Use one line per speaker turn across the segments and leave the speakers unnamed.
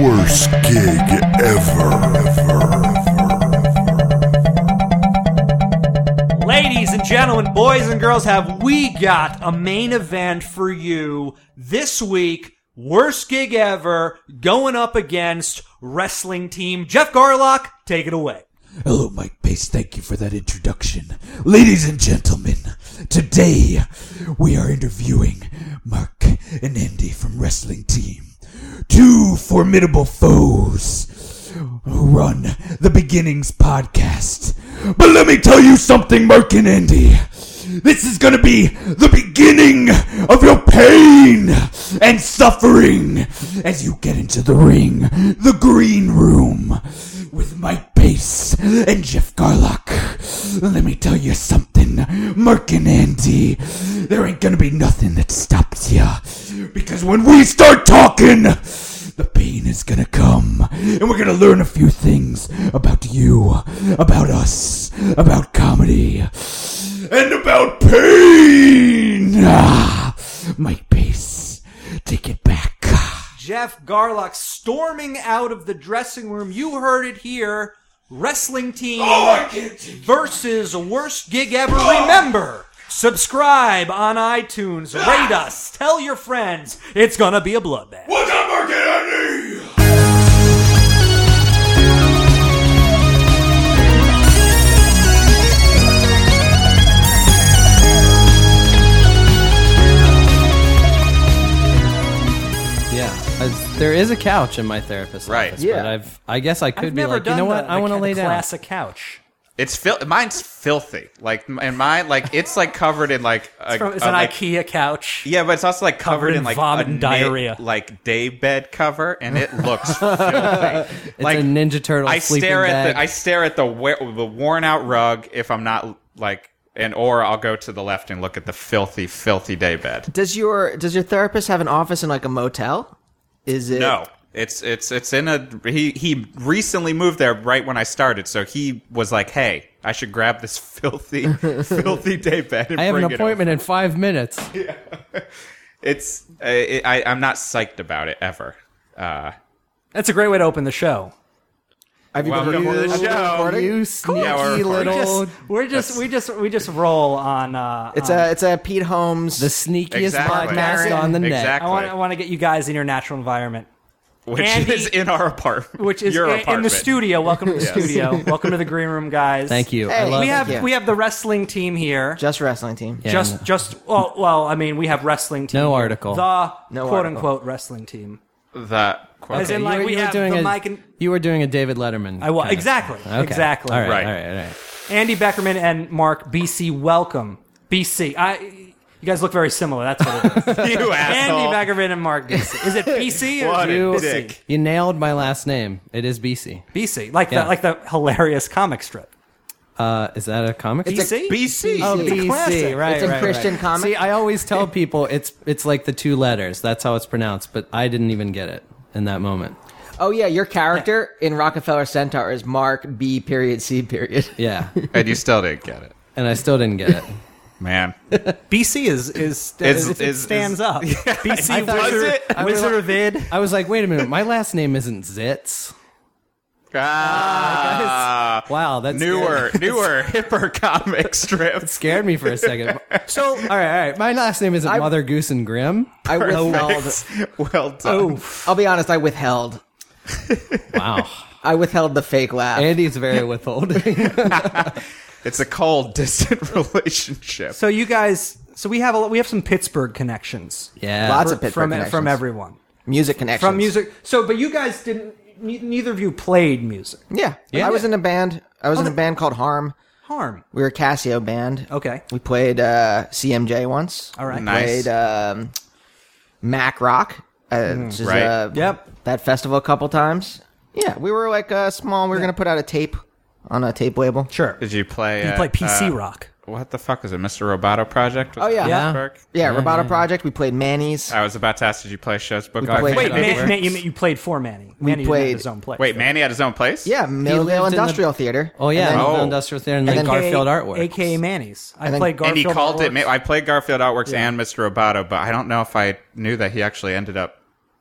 Worst gig ever.
Ladies and gentlemen, boys and girls, have we got a main event for you this week? Worst gig ever, going up against wrestling team. Jeff Garlock, take it away.
Hello, Mike Pace. Thank you for that introduction. Ladies and gentlemen, today we are interviewing Mark and Andy from Wrestling Team. Two formidable foes who run the Beginnings podcast. But let me tell you something, Mark and Andy. This is going to be the beginning of your pain and suffering as you get into the ring, the green room, with Mike Pace and Jeff Garlock. Let me tell you something, Mark and Andy. There ain't going to be nothing that stops you. Because when we start talking, the pain is gonna come, and we're gonna learn a few things about you, about us, about comedy, and about pain. Ah, Mike Pace, take it back.
Jeff Garlock storming out of the dressing room. You heard it here. Wrestling team versus worst gig ever. Remember, subscribe on iTunes, rate us, tell your friends. It's gonna be a bloodbath.
What's up, Mark and Andy?
Yeah, I- there is a couch in my therapist's
Right.
office, but
Yeah.
I've I guess I could
I've
be
never
like,
done
you know what?
the-
I
the
want to
ca-
lay
the
down.
Classic couch.
It's fil- mine's filthy. Like m- and mine, like it's like covered in like a,
It's, from, it's
a,
an
Uh, like-
IKEA couch.
Yeah, but it's also like covered,
Covered in
like
vomit
a
and
knit,
diarrhea.
like day bed cover, and it looks filthy.
It's a Ninja Turtle
I
sleeping
stare at
bag.
the I stare at the we- the worn out rug if I'm not like and or I'll go to the left and look at the filthy filthy day bed.
Does your does your therapist have an office in like a motel? Is it
No. It's it's it's in a he he recently moved there right when I started, so he was like, "Hey, I should grab this filthy filthy day bed." And
I have an
bring it over."
appointment in five minutes.
It's uh, it, I I'm not psyched about it ever. Uh,
That's a great way to open the show.
Have you
Welcome to the show.
You sneaky
Yeah, we're recording.
little.
Just, we're just we just we just roll on. Uh,
It's
on-
a it's a Pete Holmes.
The sneakiest
Exactly.
podcast on the net.
Exactly.
I want I want to get you guys in your natural environment,
which
Andy-
is in our apartment,
which is
your
in,
apartment.
in the studio. Welcome to the
Yes.
studio. Welcome to the green room, guys.
Thank you. I
Hey,
love
We
it.
have
you.
we have the wrestling team here.
just wrestling team.
Yeah,
just
no-
just well, well, I mean, we have wrestling team.
No
here.
article.
The
No
quote
article.
unquote wrestling team.
The quote.
As in,
You
like
were-
we
you were
have
doing
the
a-
mic and
You were doing a David Letterman.
I wa-
kind of-
exactly,
Okay.
exactly.
All right,
Right.
all right, all right.
Andy Beckerman and Mark BC. Welcome BC. I you guys look very similar. That's what it is.
you
Andy
asshole.
Beckerman and Mark BC. Is it BC or
What
is it
a
You-
dick.
You nailed my last name. It is BC.
BC? Like
Yeah.
the like the hilarious comic strip.
Uh, is that a comic?
BC?
strip?
BC.
Oh,
It's a
BC,
classic.
right?
It's a
right, right.
Christian comic.
See, I always tell people it's it's like the two letters. That's how it's pronounced. But I didn't even get it in that moment.
Oh yeah, your character in Rockefeller Centaur is Mark B. Period C. Period.
Yeah,
and you still didn't get it,
and I still didn't get it.
man.
BC is is,
Is-
it
is-
stands
is-
up. BC
thought-
Wizard,
Was it?
Wizard of Id.
I was like, wait a minute, my last name isn't Zitz.
Ah,
Wow, that's
newer, newer, hipper comic strips.
Scared me for a second. So, all right, all right. My last name isn't Mother Goose and Grimm.
I withheld.
Well done.
I'll be honest. I withheld.
Wow,
I withheld the fake laugh.
Andy's very withholding.
It's a cold, distant relationship.
So you guys, so we have a, we have some Pittsburgh connections.
yeah,
Lots
from
of Pittsburgh
from,
connections.
from everyone
music connections
from music. So, but you guys didn't. ne- Neither of you played music.
Yeah, I was in a band. I was in a band called Harm.
Harm.
We were a Casio band.
Okay.
We played uh, CMJ once.
All right.
Nice.
Played um, Mac Rock. Uh, which is,
Right.
uh,
Yep.
That festival a couple times. Yeah, we were like uh, small. We were gonna put out a tape on a tape label.
Sure.
Did you play?
You
uh,
play PC
uh,
rock.
What the fuck was it? Mr. Roboto Project? Was
Oh,
that
yeah.
how
Yeah.
it worked?
Yeah, Roboto
Mm-hmm.
Project. We played Manny's.
I was about to ask, did you play Show's Book?
We
Oh, I
played-
think
Wait,
it
man,
worked.
man, you, you played for Manny. Manny didn't have
played-
his own place.
Wait, Manny at his own place?
yeah, Millvale
lived in the-
Industrial Theater.
Oh yeah,
And
Oh.
Millville Industrial Theater and,
And
then
then
Garfield
AKA
artwork.
aka Manny's. I
then-
played Garfield.
And he called it.
Artworks.
I played Garfield Outworks and Mr. Roboto, but I don't know if I knew that he actually ended up.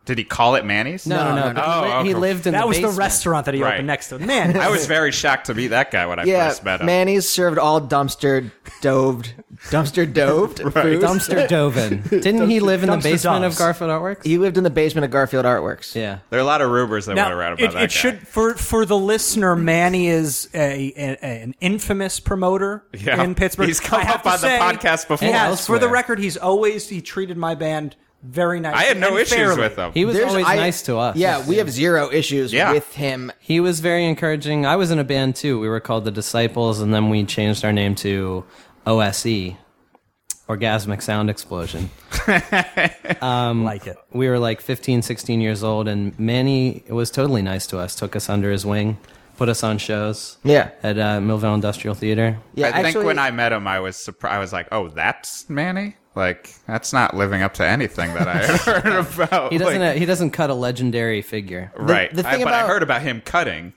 Did he call it Manny's?
no, no, no.
Oh,
he, li- he
okay.
lived in
That
the
was the
basement.
restaurant that he
Right.
opened next to man.
I was very shocked to meet that guy when I
yeah,
first met him.
Manny's served all dumpster doved, dumpster doved food.
Dumpster Dovin. Didn't he live in the
Dumpster
basement
Doves.
of Garfield Artworks?
He lived in the basement of Garfield Artworks.
yeah.
There are a lot of rumors that went
now,
around about
it,
that guy.
it should for for the listener. Manny is a, a- an infamous promoter
Yeah.
in Pittsburgh.
He's come
I have
up
to
on the
say,
podcast before.
Yes,
Elsewhere.
for the record, he's always he treated my band very nicely.
I had no
and
issues
fairly.
with him.
He was
There's-
always
I-
nice to us.
Yeah, we have zero issues
Yeah.
with him.
He was very encouraging. I was in a band too. We were called the Disciples, and then we changed our name to OSE, Orgasmic Sound Explosion.
Like it.
We were like 15, 16 years old, and Manny was totally nice to us. Took us under his wing, put us on shows.
Yeah.
At uh, Millville Industrial Theater.
Yeah,
I
actually,
think when I met him, I was surprised. I was like, "Oh, that's Manny. Like, that's not living up to anything that I had heard about."
He doesn't. uh,
Like,
he doesn't cut a legendary figure.
right.
the
I-
thing
but I
about-
heard about him cutting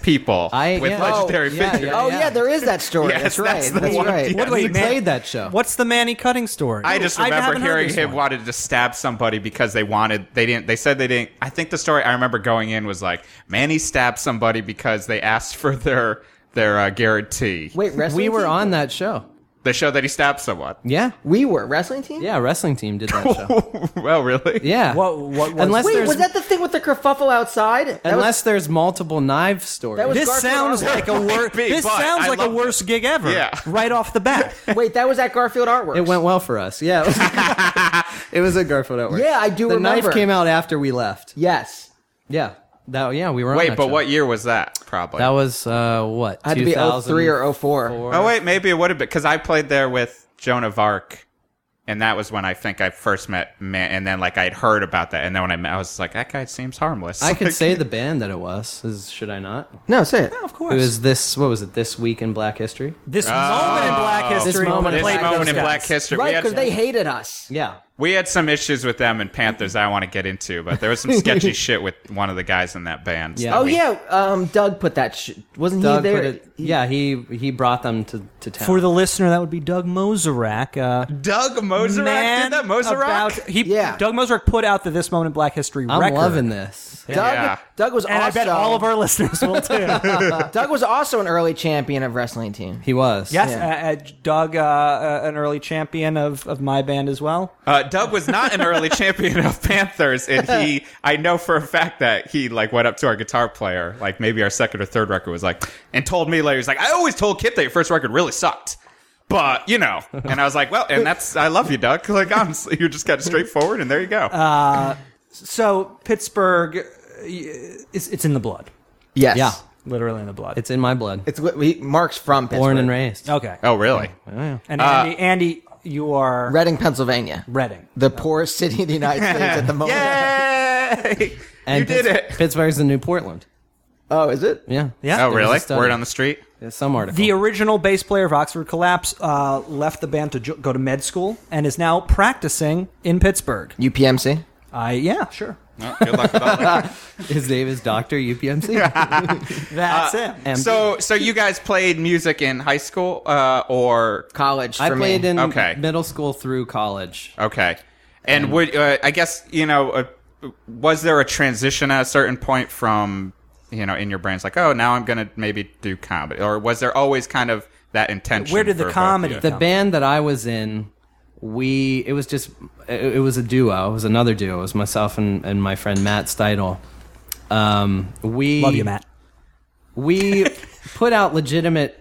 people
I-
with
yeah.
legendary
Oh, yeah,
figures.
yeah.
Oh yeah, there is that story.
Yes,
that's right.
that's
That's,
the one.
right.
Yeah.
What, wait,
He
man-
played that show.
What's the Manny Cutting story?
I just remember hearing him wanted to stab somebody because they wanted they didn't they said they didn't I think the story I remember going in was like Manny stabbed somebody because they asked for their their uh, guarantee.
Wait, wrestling.
We were
team?
on that show.
The show that he stabbed someone.
Yeah.
We were wrestling team.
Yeah. Wrestling team did that show.
well, really?
Yeah.
What- what was-
unless
Wait,
there's
was that the thing with the kerfuffle outside? That was-
unless there's multiple knife stories.
That was-
This
Garfield
sounds
artwork.
like a wor-
be,
This
but
sounds
I
like a
love
worse gig ever.
Yeah.
Right off the bat.
wait, that was at Garfield Artworks.
it went well for us. Yeah. It was, it was a Garfield at work.
Yeah, I do
The
remember.
knife came out after we left.
Yes.
Yeah. That yeah, we were on
Wait,
that
but
show.
what year was that? Probably.
That was uh what?
I had to be 03 or 04.
oh wait, maybe it would have been because I played there with Joan of Arc, and that was when I think I first met Man. And then like I'd heard about that, and then when I met, I was like, that guy seems harmless.
oh
I could
Like,
say the band that it was. Is- should I not?
No, say it.
Of
It
course.
was this what was it? This week in Black History?
this moment in Black History.
This moment
when
Oh. this
we played
moment
those
in
guys.
Black History.
Right,
we had
because they hated us.
Yeah.
We had some issues with them and Panthers I want to get into, but there was some sketchy shit with one of the guys in that band.
Yeah.
Oh,
We-
yeah. Um, Doug put that sh- Wasn't
Doug
he
put
there?
it, yeah, he he brought them to, to town.
For the listener, that would be Doug Moserak. Uh,
Doug Moserak
man
did that. Moserak.
about- he,
Yeah.
Doug Moserak put out the This Moment in Black History
I'm
record.
loving this.
Doug,
Yeah.
Doug was
And I
also
bet all of our listeners will too. yes,
Doug was also an early champion of wrestling team.
He was.
uh, uh, Doug, uh, uh, an early champion of, of my band as well.
Uh, Doug was not an early champion of Panthers, and he, I know for a fact that he like went up to our guitar player, like maybe our second or third record was like, and told me later, he's like, I always told Kip that your first record really sucked, but you know, and I was like, well, and that's, I love you, Doug. Like honestly, you just got straightforward, and there you go.
So Pittsburgh, uh, it's, it's in the blood,
Yes.
Yeah.
literally in the blood.
It's in my blood.
It's what we, Mark's from Pittsburgh.
Born and raised.
okay.
oh, uh, really?
And Andy, Andy, you are
Reading, Pennsylvania.
Reading.
The poorest city in the United States at the moment.
Yay!
And
you did
Pitts-
it.
Pittsburgh's the new Portland.
Oh, is it?
Yeah.
Yeah.
Oh,
There was a
really?
study.
Word on the street.
There's Some article.
The original bass player of Oxford Collapse uh, left the band to jo- go to med school and is now practicing in Pittsburgh.
UPMC.
I yeah, sure.
Oh, good luck with all that.
His name is Doctor UPMC.
That's
Uh,
him.
And
So, so you guys played music in high school, uh, or
College. For
I played
me.
in
Okay. Oh,
middle school through college.
okay? And would uh, I guess you know, uh, was there a transition at a certain point from you know in your brains like, oh, now I'm gonna maybe do comedy, or was there always kind of that intention?
Where did the
for both of
comedy
you?
The
come?
band that I was in, we it was just it, it was a duo. It was another duo. It was myself and, and my friend Matt Steidel. Um, we
Love you, Matt.
we put out legitimate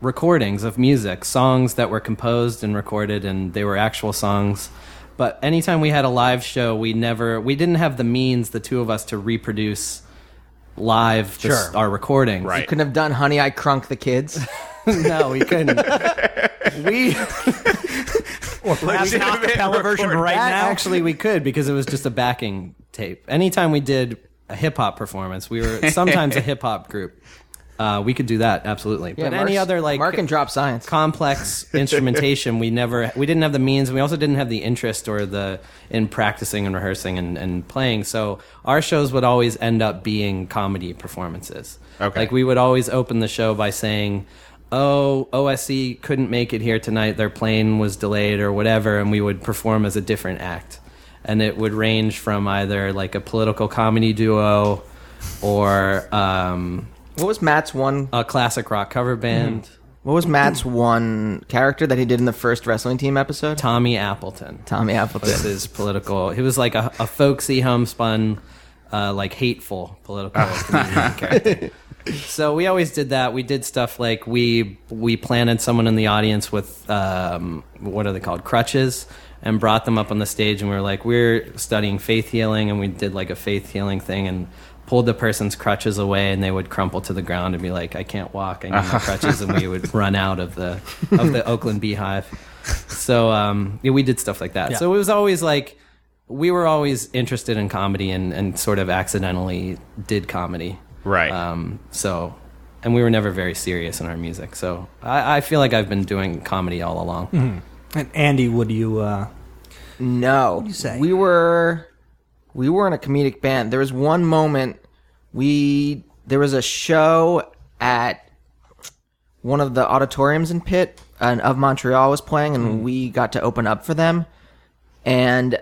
recordings of music, songs that were composed and recorded, and they were actual songs. But anytime we had a live show, we never we didn't have the means, the two of us, to reproduce live the-
Sure.
our recordings.
Right.
Couldn't have done Honey, I Crunk the Kids.
no, we couldn't. we
Or perhaps an
Legitimate
acapella version
record.
right
that
now.
actually we could because it was just a backing tape. Anytime we did a hip hop performance. We were sometimes a hip hop group. Uh, we could do that absolutely. but any
Mark's-
other like
Mark and Drop Science.
complex instrumentation we never we didn't have the means and we also didn't have the interest or the in practicing and rehearsing and, and playing so our shows would always end up being comedy performances
Okay.
like we would always open the show by saying oh osc couldn't make it here tonight their plane was delayed or whatever and we would perform as a different act and it would range from either like a political comedy duo or um,
what was Matt's one?
a classic rock cover band
What was Matt's one character that he did in the first wrestling team episode?
tommy appleton
Tommy
was
Appleton.
his political. He was like a, a folksy, homespun, uh, like hateful political comedian character. So we always did that. We did stuff like we we planted someone in the audience with um, what are they called crutches and brought them up on the stage and we were like we're studying faith healing and we did like a faith healing thing and pulled the person's crutches away and they would crumple to the ground and be like I can't walk I need my crutches and we would run out of the of the Oakland beehive so um, yeah, we did stuff like that. So it was always like we were always interested in comedy and, and sort of accidentally did comedy.
Right.
Um, so, and we were never very serious in our music. So I, I feel like I've been doing comedy all along.
And Andy, would you? Uh,
No, you
say?
we were we were in a comedic band. There was one moment we there was a show at one of the auditoriums in Pitt and of Montreal was playing, and we got to open up for them. And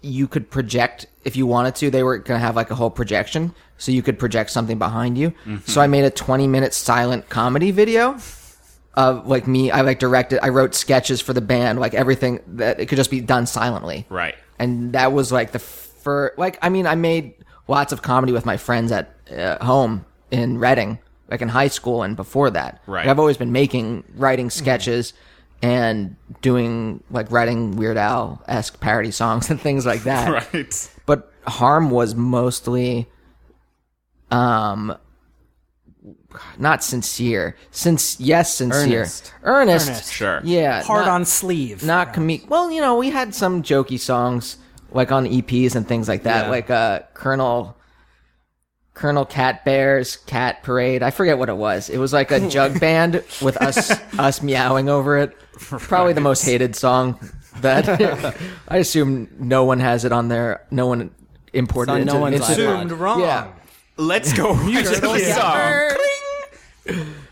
you could project if you wanted to. They were going to have like a whole projection, so you could project something behind you. So I made a twenty-minute silent comedy video of like me. I like directed. I wrote sketches for the band, like everything that it could just be done silently.
Right.
And that was like the first. Like I mean, I made lots of comedy with my friends at uh, home in Reading, like in high school and before that.
Right. Mm-hmm.
Like, I've always been making writing sketches. And doing like writing Weird Al esque parody songs and things like that
Right.
but harm was mostly um not sincere since yes sincere
Earnest.
earnest,
Earnest.
Sure.
yeah
hard
not,
on sleeve.
not comedic well you know we had some jokey songs like on eps and things like that
Yeah.
like uh colonel colonel cat bears cat parade i forget what it was it was like a jug band with us us meowing over it probably the most hated song that i assume no one has it on their no one imported
on
it
no
to-
one's
into-
iPod.
Assumed wrong.
yeah
Let's go right to the song.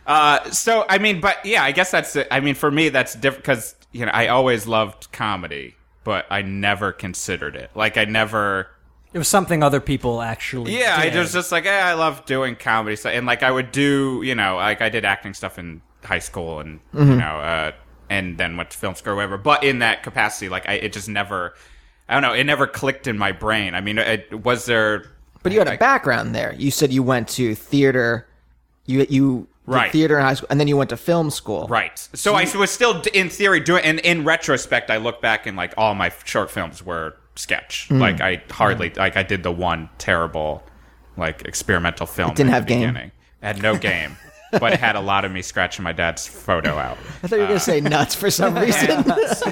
Uh, so I mean, but yeah, I guess that's. I mean, for me, that's different because you know I always loved comedy, but I never considered it. Like I never.
It was something other people actually.
Yeah, I
did.
was just like, eh, I love doing comedy stuff, and like I would do, you know, like I did acting stuff in high school, and you know, uh, and then went to film school or whatever. But in that capacity, like I, it just never, I don't know, it never clicked in my brain. I mean, it, was there?
But you had a
I-
background there. You said you went to theater. You you did
Right.
theater in high school, and then you went to film school.
Right. So I was still, d- in theory, doing. And in retrospect, I look back and like all my f- short films were sketch.
Mm.
Like I hardly, like I did the one terrible, like experimental film.
didn't
at
have
the
game.
beginning. It had no game, but it had a lot of me scratching my dad's photo out,
I thought you were gonna say nuts for some reason.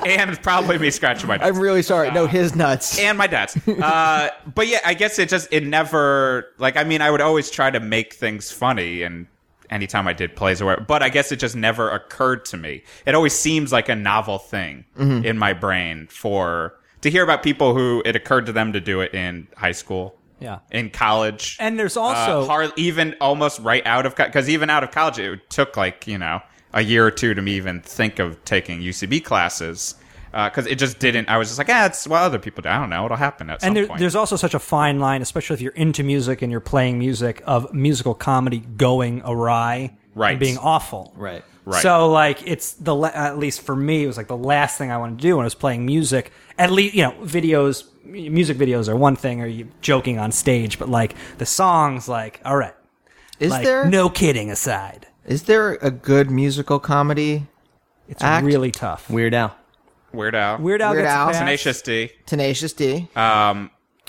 and probably me scratching my. Dad's
I'm really sorry. No, his nuts.
and my dad's. Uh, but yeah, I guess it just it never like I mean I would always try to make things funny and anytime I did plays or whatever. But I guess it just never occurred to me. It always seems like a novel thing
Mm-hmm.
in my brain for to hear about people who it occurred to them to do it in high school.
Yeah.
In college.
And there's also-
uh, har- even almost right out of because even out of college it took like you know a year or two to me even think of taking UCB classes because it just didn't. I was just like, ah, it's well, other people do. I don't know. It'll happen at some
And there,
point.
there's also such a fine line, especially if you're into music and you're playing music, of musical comedy going awry
Right.
and being awful.
Right.
Right.
So, like, it's the la- at least for me, it was like the last thing I wanted to do when I was playing music. At least, you know, videos, m- music videos are one thing, or you joking on stage, but like the songs, like, all right,
Is
like,
there is
no kidding aside,
there a good musical comedy?
it's
Act-
really tough.
Weird Al.
Weird Al,
Weird Al
Weird
gets
Al.
passed.
Tenacious D,
Tenacious D.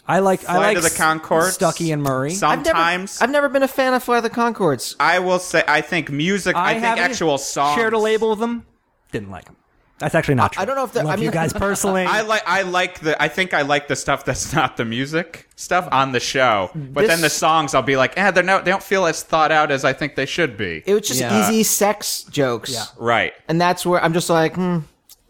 I like I
Flight
like
of the
S-
Conchords,
Stucky and Murray.
I've never,
Sometimes
I've never been a fan of Fly the Concords.
I will say I think music. I, think
haven't
actual songs
shared a label with them. Didn't like them. That's actually not true.
I don't know if they're-
love
I mean-
you guys personally.
I like I like the I think I like the stuff that's not the music stuff on the show, but then the
This-
songs I'll be like, eh, they're not they don't feel as thought out as I think they should be.
It was just
Yeah.
easy sex jokes.
Yeah.
right.
And that's where I'm just like, hmm,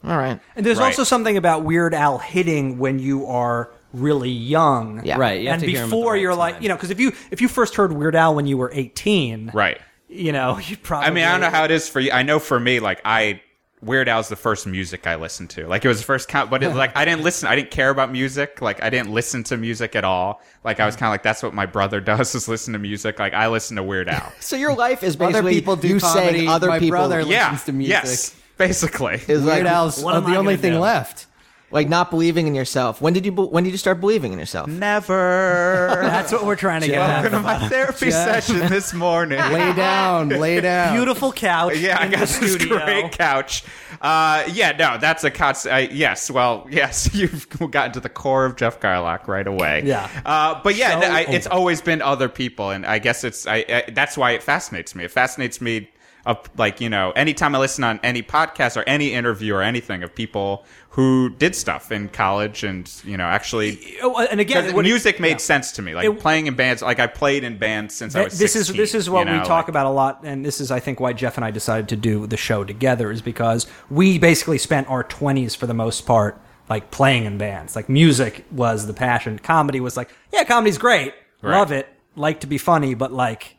all right.
and there's
Right.
also something about Weird Al hitting when you are really young.
Yeah.
Right. You have
and
to hear 'em at the
before
right
you're like,
time.
you know, because if you if you first heard Weird Al when you were 18,
Right.
You know, you probably.
I mean, I don't know how it is for you. I know for me, like I Weird Al's the first music I listened to. Like it was the first count, but it, like I didn't listen. I didn't care about music. Like I didn't listen to music at all. Like I was kind of like, that's what my brother does is listen to music. Like I listen to Weird Al.
So your life is basically you saying other
My
people,
brother
yeah.
listens to music.
Yes. Basically.
is
Weird
like,
Al's
what am I
the only
gonna
thing
do?
left.
like not believing in yourself. When did you be- when did you start believing in yourself?
Mm. Never.
That's what we're trying to get
Welcome to
at.
my therapy session this morning.
Lay down. Lay down.
Beautiful couch.
Yeah, I
in
got
the
this
studio.
great couch. Uh, yeah, no, that's a constant. Uh, yes, well, yes, you've gotten to the core of Jeff Garlock right away.
Yeah.
uh, but yeah,
So
no, I, it's
over.
always been other people, and I guess it's I, I that's why it fascinates me. It fascinates me. Up, like you know, anytime I listen on any podcast or any interview or anything of people who did stuff in college, and you know, actually,
Oh, and again, it
because
would-
music made sense to me. Like
It-
playing in bands, like I played in bands since I
Th-
was.
this is
16,
this is what
you
we
know,
talk
like-
about a lot, and this is I think why Jeff and I decided to do the show together is because we basically spent our twenties for the most part like playing in bands. Like music was the passion. Comedy was like, yeah, comedy's great,
Right.
love it, like to be funny, but like,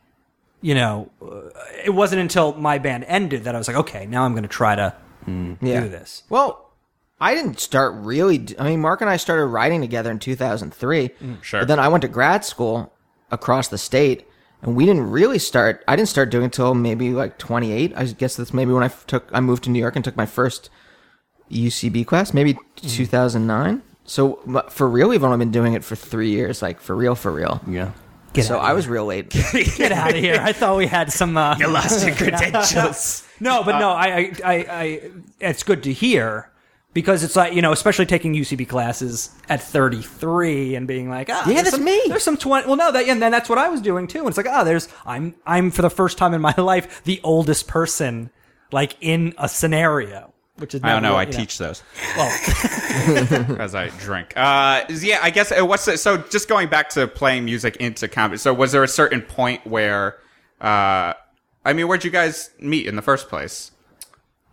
you know, uh, it wasn't until my band ended that I was like, okay, now I'm going to try to do this.
Well, I didn't start really. d- I mean, Mark and I started writing together in 2003.
Sure.
But then I went to grad school across the state, and we didn't really start. I didn't start doing it till maybe like 28. I guess that's maybe when I f- took. I moved to New York and took my first UCB class, maybe 2009. So m- for real, we've only been doing it for three years, like for real, for real.
Yeah.
so I was real late.
Get out of here! I thought we had some. Uh,
You lost your credentials.
No, but no, I, I, I, I, it's good to hear because it's like you know, especially taking UCB classes at 33 and being like, ah,
Yeah,
there's
that's
some-
me.
There's some 20. Well, no, that and then that's what I was doing too. And it's like, ah, there's I'm I'm for the first time in my life the oldest person like in a scenario, which is
I don't
never-
know. I
you
teach those.
Well,
as I drink. Uh, yeah, I guess. uh, What's the, so? Just going back to playing music into comedy. So, was there a certain point where? Uh, I mean, where'd you guys meet in the first place?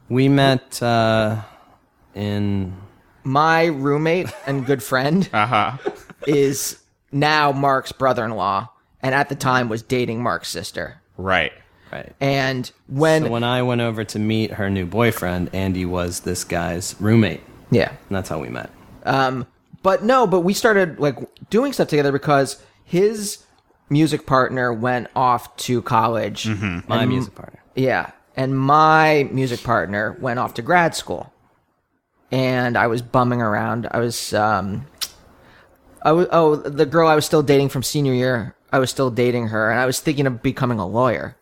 We met uh, in
my roommate and good friend is now Mark's brother-in-law, and at the time was dating Mark's sister.
Right.
right.
And when,
So when I went over to meet her new boyfriend, Andy was this guy's roommate, and
yeah,
that's how we met.
but no, but we started like doing stuff together because his music partner went off to college.
My music partner.
Yeah, and my music partner went off to grad school, and I was bumming around. I was, um, I was oh the girl I was still dating from senior year. I was still dating her, and I was thinking of becoming a lawyer.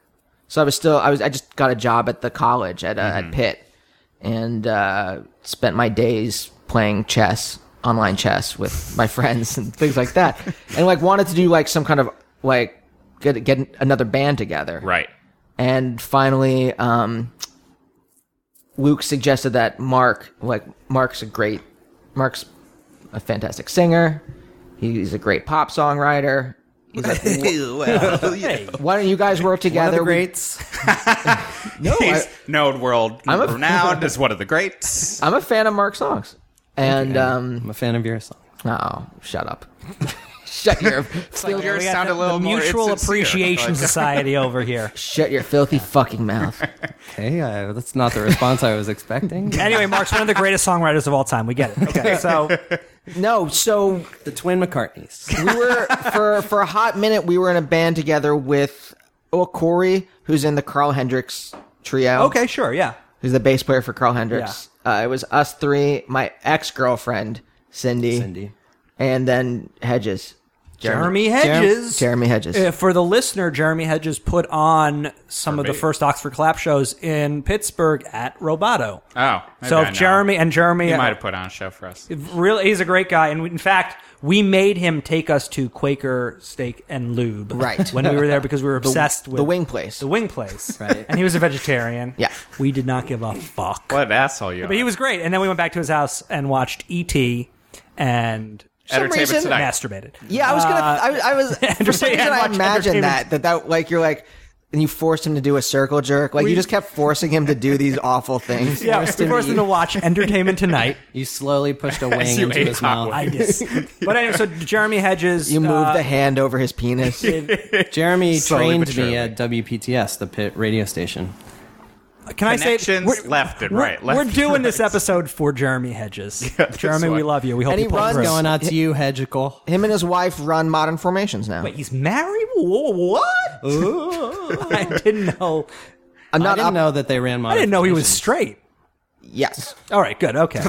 So I was still I was I just got a job at the college at uh, at Pitt, and uh, spent my days playing chess, online chess with my friends and things like that, and like wanted to do like some kind of like get get another band together,
Right.
and finally um, luke suggested that mark like mark's a great mark's a fantastic singer he's a great pop songwriter he's like "Wh-
hey,
why don't you guys work
One of
together
the
We-
greats.
no I,
He's known world
I'm a-
renowned as one of the greats.
i'm a fan of mark's songs and um
I'm a fan of your song.
oh shut up shut your fil-
Yours
we got
sound
the,
a little
the
more
mutual
insincere,
appreciation
like-
society over here.
shut your filthy fucking mouth
Hey, I, that's not the response I was expecting.
Anyway, Mark's one of the greatest songwriters of all time. We get it. Okay, so
no so
The twin McCartneys.
we were for for a hot minute we were in a band together with well Corey, who's in the Carl Hendricks trio.
okay, sure, yeah.
Who's the bass player for Carl Hendricks. Uh, it was us three, my ex girlfriend, Cindy,
Cindy.
and then Hedges.
Jeremy
Jer-
Hedges.
Jeremy Hedges.
Uh, for the listener, Jeremy Hedges put on some of the first Oxford Clap shows in Pittsburgh at Roboto.
Oh, maybe
so
I
if
know.
Jeremy uh, and Jeremy
He might have put on a show for us.
really, he's a great guy, and we, in fact, we made him take us to Quaker Steak and Lube,
Right.
When we were there because we were obsessed with
the wing place.
the wing place,
Right.
And he was a vegetarian.
Yeah.
we did not give a fuck.
What an asshole you are.
But he was great. And then we went back to his house and watched E.T. and
some
Entertainment
reason-
Tonight.
masturbated.
Yeah, I was gonna.
uh,
I, I was for
Entertainment
some reason I
Watch
imagined
Entertainment.
that that that like you're like. And you forced him to do a circle jerk. Like you just kept forcing him to do these awful things.
Yeah, we forced him
E
to watch Entertainment Tonight.
You slowly pushed a wing
you
into
ate
his
hot
mouth.
I did. But anyway, so Jeremy Hedges.
You moved
uh,
the hand over his penis.
Jeremy
Slowly
trained
but
me
surely.
at WPTS, the pit radio station.
Can I say
Connections left and
we're-
right, left
we're
and
doing
right.
this episode for Jeremy Hedges.
that's
Jeremy, we
right.
love you. We hope
And
you
he
pull
runs
through.
Going out to you, Hedgical.
Him and his wife run modern formations now.
Wait, he's married? Wha- What? I didn't know.
I'm
I
not.
didn't
up-
know that they ran.
I didn't know he was straight.
Yes.
All right, good. Okay.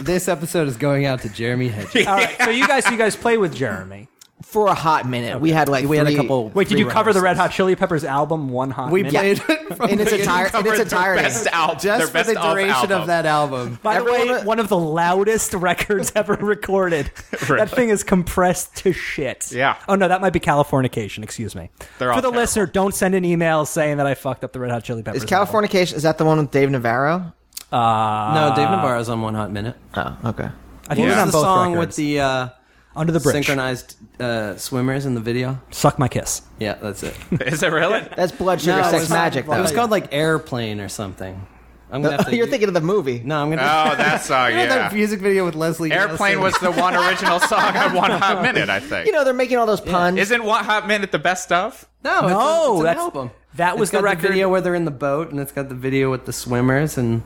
This episode is going out to Jeremy Hedges.
All right. So you guys, you guys play with Jeremy.
For a hot minute, we had like
we had a
three-
couple.
Wait, did you
free
cover the
runners.
Red Hot Chili Peppers album One Hot
We
Minute?
played
in its entirety. In
covered
its
their
entirety.
best album, their
just for
best
the
of
duration
album.
of that album.
By the way,
Everyone-
one of the loudest records ever recorded.
Really?
That thing is compressed to shit.
Yeah.
Oh no, that might be Californication. Excuse me.
They're
For
all
the
terrible.
listener, don't send an email saying that I fucked up the Red Hot Chili Peppers.
Is Californication? Is that the one with Dave Navarro?
no, Dave Navarro's on One Hot Minute.
Oh, okay.
album. I think
Yeah.
it was on
the
both
song
records.
with the uh,
Under the Bridge.
synchronized uh, swimmers in the video.
Suck my kiss.
Yeah, that's it.
Is it really?
That's Blood Sugar
No, it
Sex
was-
Magic. Though
It was called like Airplane or something. I'm gonna have
Oh,
to
you're thinking of the movie.
No, I'm gonna.
Oh, that's uh,
I had that
yeah.
music video with Leslie.
Airplane was the one original song on One Hot Minute, I think.
You know they're making all those puns.
Isn't One Hot Minute the best of?
no, it's,
No,
it's an
Oh, that's-
album.
that was
It's got
the record-
video where they're in the boat, and it's got the video with the swimmers, and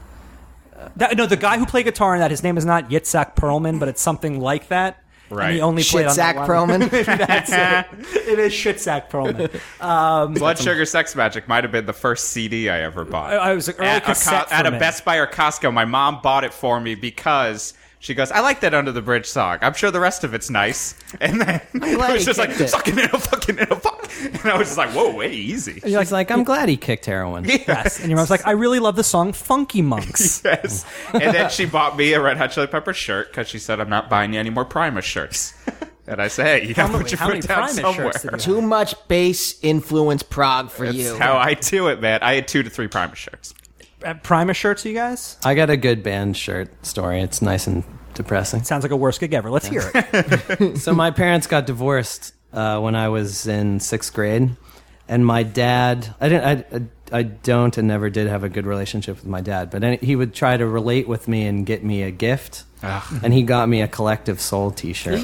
That- no, the guy who played guitar in that, his name is not Yitzhak Perlman, but it's something like that.
Right.
And he only played
Shit,
on
Zach
that one.
Perlman.
That's it. It is Shitsack Perlman.
Blood Sugar Sex Magic might have been the first CD I ever bought.
I- I was an early
at a,
cassette
at a
for me.
Best Buy or Costco. My mom bought it for me because she goes, "I like that Under the Bridge song. I'm sure the rest of it's nice." And then I
glad
was
you
just like,
kicked it.
"Sucking in a fucking in a fuck," and I was just like, "Whoa, way easy."
she's like, "I'm glad he kicked heroin."
Yes. And your mom's like, I really love the song Funky Monks.
Yes. And then she bought me a Red Hot Chili Pepper shirt because she said, "I'm not buying you any more Primus shirts." And I say, "Hey, you got to
many-
put your
how many
foot down
Primus shirts
somewhere."
did you have?
Too much bass influence Prague for you.
That's how I do it, man. I had two to three Primus shirts.
Uh, Primus shirts, you guys?
I got a good band shirt story. It's nice and depressing.
Sounds like a worst gig ever. Let's hear it.
so my parents got divorced uh, when I was in sixth grade, and my dad. I didn't. I, I don't and never did have a good relationship with my dad, but any, he would try to relate with me and get me a gift, and he got me a Collective Soul T-shirt.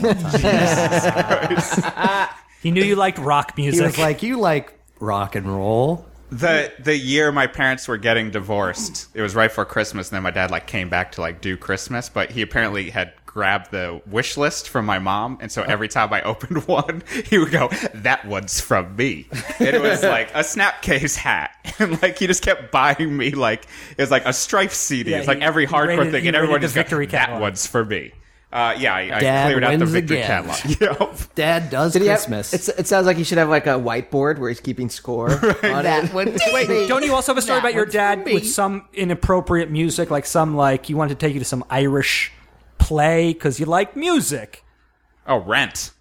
He knew you liked rock music.
he was like, "You like rock and roll?"
the the year my parents were getting divorced it was right before christmas and then my dad like came back to like do christmas but he apparently had grabbed the wish list from my mom and so every time i opened one he would go that one's from me and it was like a snapcase hat and like he just kept buying me like it was like a strife cd
Yeah,
it's like
he-
every
he
hardcore
rated-
thing
he
and
rated
everyone
the
just victory
Victory
go, that
catalog."
one's for me uh, yeah i, I
Dad
cleared out the
wins
victory
again.
catalog Yep.
Dad does
Did he have-
Christmas.
it's, it sounds like he should have like a whiteboard where he's keeping score. on that one. Wait,
don't you also have a story
That
about your
one's for
dad
me.
with some inappropriate music, like some like he wanted to take you to some Irish play because you like music?
oh rent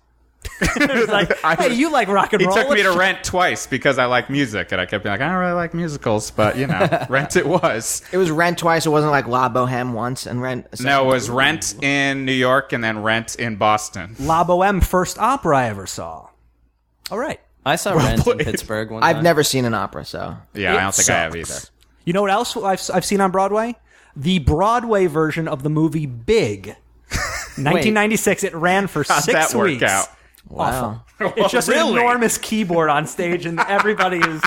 It's like, hey, you like rock and
He
roll?
took me to
Let's-
Rent twice because I like music, and I kept being like, I don't really like musicals, but you know, Rent it was.
It was Rent twice. It wasn't like La Boheme once and Rent.
No, it was Rent in New York and then Rent in Boston.
La Boheme, first opera I ever saw. All right.
I saw Rent in
played.
Pittsburgh one
I've
time.
never seen an opera, so
Yeah, I don't think I have either.
Sucks. You know what else I've, I've seen on Broadway? The Broadway version of the movie Big. 1996. It ran for
How'd
six
that work
weeks.
out?
wow.
It's just an
Really?
enormous keyboard on stage, and everybody is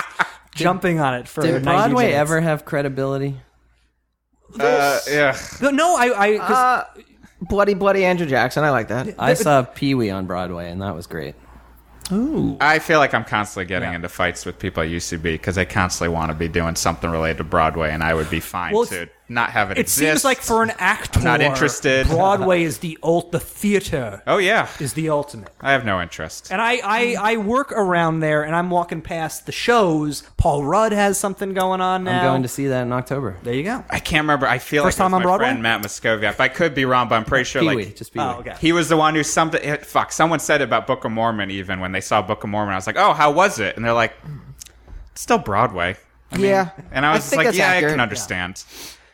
jumping on it for 90
Did Broadway
minutes.
ever have credibility?
Uh, yeah.
No, no, I, I 'cause
Uh,
Bloody bloody Andrew Jackson. I like that.
I saw Pee Wee on Broadway, and that was great.
I feel like I'm constantly getting into fights with people at UCB because they constantly want to be doing something related to Broadway, and I would be fine
Well,
to not have it.
It
exist.
seems like for an actor,
not interested.
Broadway is the ult. The theater
Oh yeah,
is the ultimate.
I have no interest.
And I, I, I work around there, and I'm walking past the shows. Paul Rudd has something going on now.
I'm going to see that in October.
There you go.
I can't remember. I feel
First
like it was
time on
my
Broadway?
friend Matt Muscovia. I could be wrong, but I'm pretty sure
Pee Wee,
like
just Pee Wee.
Oh, okay.
He was the one who something. eh, Fuck, someone said about Book of Mormon. Even when they saw Book of Mormon, I was like, "Oh, how was it?" And they're like, "It's "Still Broadway."
yeah.
And I was just
think
like,
that's
"Yeah, I
accurate.
can understand."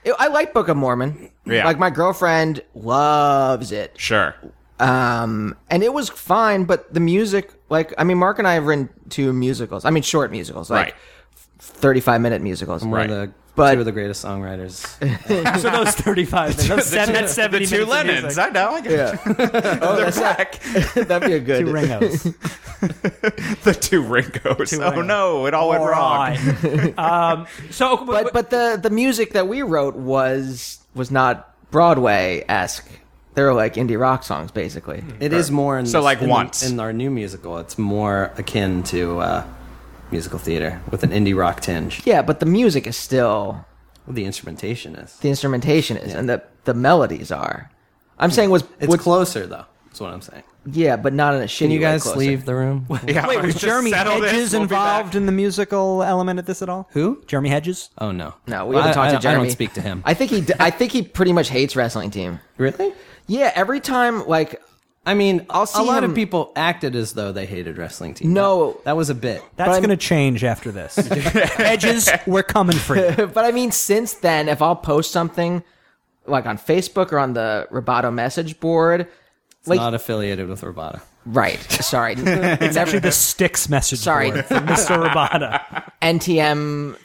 It- I like Book of Mormon.
Yeah.
Like my girlfriend loves it.
Sure.
Um, and it was fine, but the music, like, I mean, Mark and I have written two musicals. I mean, short musicals, like
Right.
35 minute musicals.
One
Right.
of the
But-
two of the greatest songwriters.
So those 35, minutes, those seven, that's
The
70
two
minutes of
Lennons. I know. I get Oh,
Yeah.
They're black.
That'd be a good.
music. Two Ringos.
the two Ringos.
Two
oh
Ringos.
no! It all went wrong.
Alright. um, so, but,
But, but the, the music that we wrote was, was not Broadway esque. They were like indie rock songs, basically.
Hmm.
It is more in
So,
this-
like,
in the-
once.
in our new musical, it's more akin to uh, musical theater with an indie rock tinge.
Yeah, but the music is still
Well, the instrumentation is.
the instrumentation is, and the the melodies are. I'm saying was
It's
was-
closer though. That's what I'm saying.
yeah, but not in a shitty.
Can you
way
guys
closer.
leave the room?
Yeah,
wait, was
just
Jeremy
settle this,
Hedges
we'll be back.
involved in the musical element of this at all?
Who?
Jeremy Hedges?
Oh no.
No, we
Well,
haven't
I-
talked
I-
to Jeremy.
I don't speak to him.
I think he. d- I think he pretty much hates wrestling team.
really?
Yeah, every time like
I mean,
I'll
a
see
lot
him-
of people acted as though they hated wrestling team.
No.
that, that was a bit.
That's
I'm-
going to change after this. Hedges, we're coming for you.
but I mean, since then, if I'll post something like on Facebook or on the Roboto message board, like
not affiliated with Robata.
right, sorry,
It's actually the Sticks message
Sorry.
board from Mr. Rabada.
NTM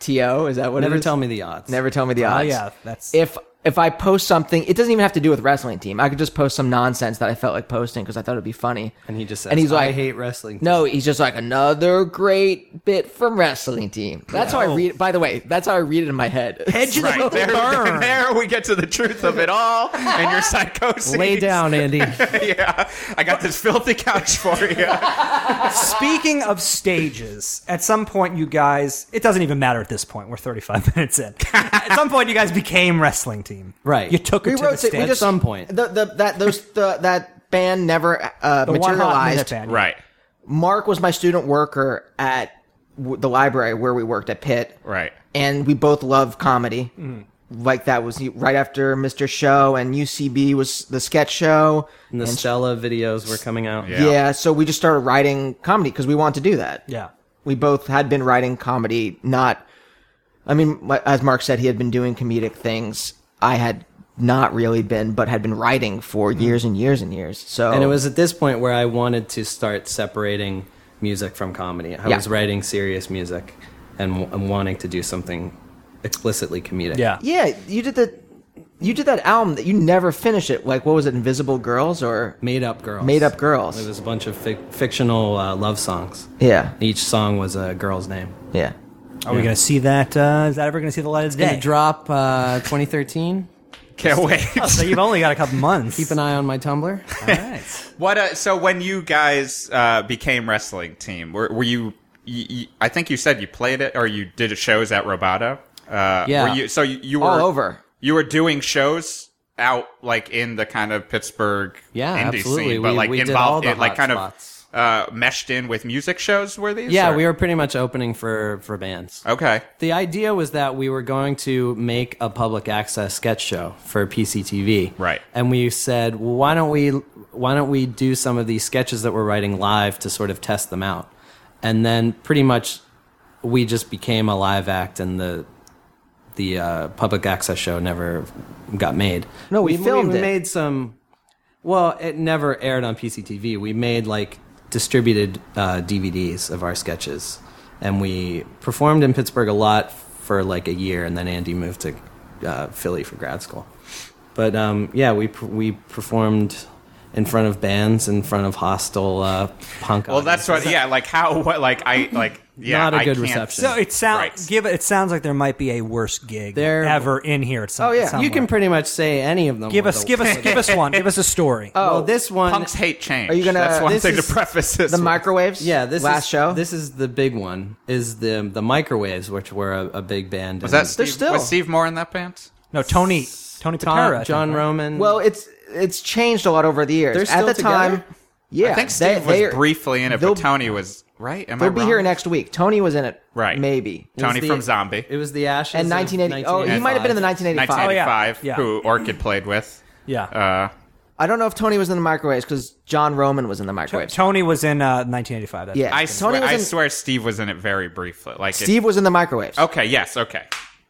TO is that what? it
Never
is?
tell me the odds.
Never tell me the odds.
yeah, that's-
if if I post something, it doesn't even have to do with wrestling team. I could just post some nonsense that I felt like posting because I thought it'd be funny.
And he just says,
and he's like,
"I hate wrestling." team."
No, he's just like another great bit from wrestling team. That's how I read. it. By the way, that's how I read it in my head.
Hedges will
Right there,
burn.
there we get to the truth of it all and your psychosis.
lay down, Andy.
yeah, I got this filthy couch for you.
Speaking of stages, at some point you guys, it doesn't even matter at this point. We're 35 minutes in. at some point you guys became wrestling team.
Right.
You took it
we
to the
wrote it.
stage.
We just,
some point.
the, the that those the, that band never uh,
The one hot minute
materialized.
band.
Right,
Mark was my student worker at w- the library where we worked at Pitt.
right.
and we both love comedy.
Mm-hmm.
Like that was right after Mr. Show and UCB was the sketch show.
And the Stella videos were coming out.
Yeah.
Yeah, so we just started writing comedy because we wanted to do that.
Yeah.
We both had been writing comedy, not, I mean, li- as Mark said, he had been doing comedic things. I had not really been, but had been writing for years and years and years. So,
Mm-hmm. And it was at this point where I wanted to start separating music from comedy. I
Yeah.
was writing serious music and, w- and wanting to do something explicitly comedic.
Yeah.
yeah, you did the, you did that album that you never finished it. Like, what was it, Invisible Girls or
Made up girls.
Made Up Girls?
It was a bunch of fic- fictional uh, love songs.
yeah,
Each song was a girl's name.
yeah.
Are we going to see that? Uh, is that ever going to see the light of
Gonna
day?
drop uh, 2013.
Can't wait.
so you've only got a couple months.
Keep an eye on my Tumblr.
What? Uh, so when you guys uh, became wrestling team, were, were you, you, you? I think you said you played it or you did shows at Roboto. Uh,
Yeah.
Were you, so you, you were
All over.
You were doing shows out like in the kind of Pittsburgh
Yeah,
indie
absolutely.
scene, but
We-
like
we did all
involved
the
it, like
hot
kind
spots.
of uh, meshed in with music shows. Were these?
Yeah,
or-
we were pretty much opening for for bands.
Okay.
The idea was that we were going to make a public access sketch show for PCTV.
Right.
And we said, well, why don't we why don't we do some of these sketches that we're writing live to sort of test them out? And then pretty much we just became a live act and the the uh, public access show never got made.
No, we filmed
we
it.
made some well, it never aired on PCTV. We made like distributed uh, DVDs of our sketches, and we performed in Pittsburgh a lot for like a year, and then Andy moved to uh, Philly for grad school. But um, yeah, we per- we performed in front of bands, in front of hostile uh, punk.
Well, that's what. Yeah, like how? What? Like I like. Yeah,
not a
I
good
can't-
reception.
So it sounds
Right.
give it. It sounds like there might be a worse gig
There-
ever in here. At some,
Oh, yeah.
somewhere.
you can pretty much say any of them.
give
were
us
the-
give us give us one. Give us a story.
Well,
Oh,
this one.
Punks hate change.
Are you gonna-
That's one
this
thing to
is-
preface this.
The
with.
microwaves.
yeah, this
last
is,
show.
This is the big one. Is the the microwaves, which were a, a big band.
was that Steve,
still-
was Steve Moore in that band?
no, Tony Tony Patera, I think,
John
right?
Roman?
well, it's it's changed a lot over the years.
They're still
At the time,
together?
yeah,
I think Steve
they-
was
they're-
briefly in it,
they'll-
but Tony was right. Am I
They'll be
wrong?
here next week. Tony was in it,
Right.
Maybe.
It was
Tony
the-
from Zombie.
It was the Ashes.
And
of
1980. Oh, he might have been in the 1985.
1985,
Oh, yeah. Yeah.
who Orchid played with.
Yeah.
Uh,
I don't know if Tony was in the microwaves because John Roman was in the microwaves.
Tony was in uh, 1985. That's
yeah,
I,
Tony
swear,
was
I
in.
swear Steve was in it very briefly. Like it-
Steve was in the microwaves.
okay, yes, okay.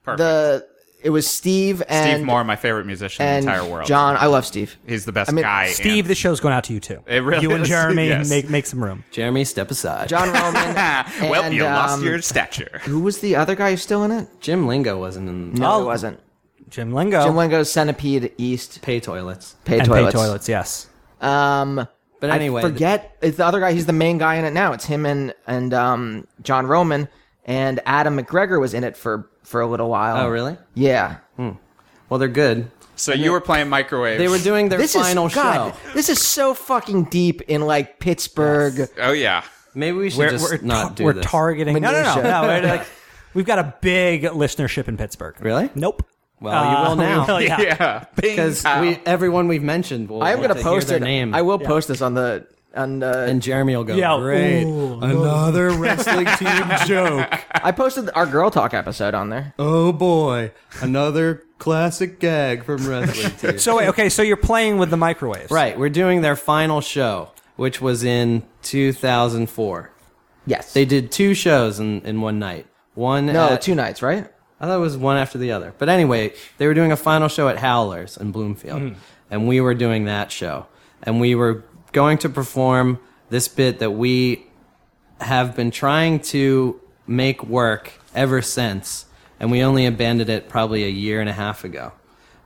Perfect.
The it was Steve and
Steve Moore, my favorite musician in
and
the entire world.
John. I love Steve.
He's the best
I mean,
guy. in-
Steve, the show's going out to you too.
It really
you and
is,
Jeremy
yes.
make make some room.
Jeremy, step aside.
John Roman.
well,
and,
you lost
um,
your stature.
Who was the other guy who's still in it?
Jim Lingo wasn't in
No,
Oh.
it wasn't.
Jim Lingo
Jim Lingo's Centipede East
pay toilets.
Pay
and
Toilets.
Pay Toilets. Yes.
Um,
But anyway,
I forget it's the other guy. He's the main guy in it now. It's him and and um, John Roman and Adam McGregor was in it for for a little while.
Oh, really? Hmm.
Yeah.
Well, they're good.
So you were playing microwave.
They were doing their
This
final
is God.
show.
This is so fucking deep in like Pittsburgh.
Oh yeah.
Maybe we should
We're,
just
we're,
not
tar-
do
we're
this.
targeting. No, no, no,
Minutia.
no. we're like, we've got a big listenership in Pittsburgh.
Really?
Nope. Uh,
Well, you will
we
now.
yeah.
Yeah. Bing,
because
pow.
we everyone we've mentioned will.
I am
want
gonna
to
post
hear
it.
their name.
I will post this on the on. Uh,
and Jeremy will go.
Yeah.
great,
Ooh.
another wrestling team joke.
I posted our girl talk episode on there.
Oh boy, another classic gag from wrestling team.
So wait, okay, so you're playing with the microwaves,
right, we're doing their final show, which was in 2004.
Yes,
They did Uh, two shows in, in one night. One
no
at-
two nights, right?
I thought it was one after the other. But anyway, they were doing a final show at Howlers in Bloomfield, and we were doing that show, and we were going to perform this bit that we have been trying to make work ever since, and we only abandoned it probably a year and a half ago.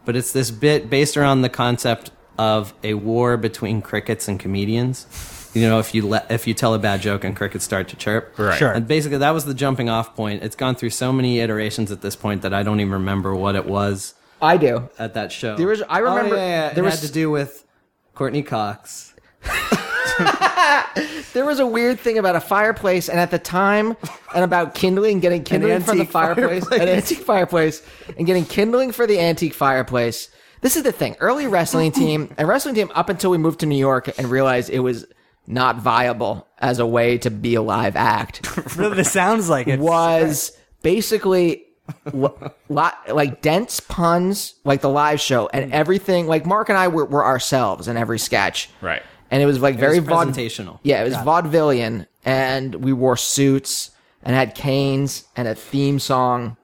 But it's this bit based around the concept of a war between crickets and comedians. You know, if you let if you tell a bad joke and crickets start to chirp,
Right.
Sure.
And basically, that was the jumping off point. It's gone through so many iterations at this point that I don't even remember what it was
I do.
at that show.
There was- I
Oh,
remember-
yeah, yeah,
there
it
was-
had to do with Courtney Cox.
There was a weird thing about a fireplace, and at the time, and about kindling, getting kindling for the
antique
fireplace, an
fireplace.
antique fireplace, and getting kindling for the antique fireplace. This is the thing. Early wrestling team and wrestling team up until we moved to New York and realized it was not viable as a way to be a live act.
Really, This sounds like it.
was basically lo- lot, like dense puns, like the live show, and everything. Like Mark and I were, were ourselves in every sketch,
Right.
And it was like very
was
vaude-
presentational.
yeah, it was vaudevillian, and we wore suits and had canes and a theme song,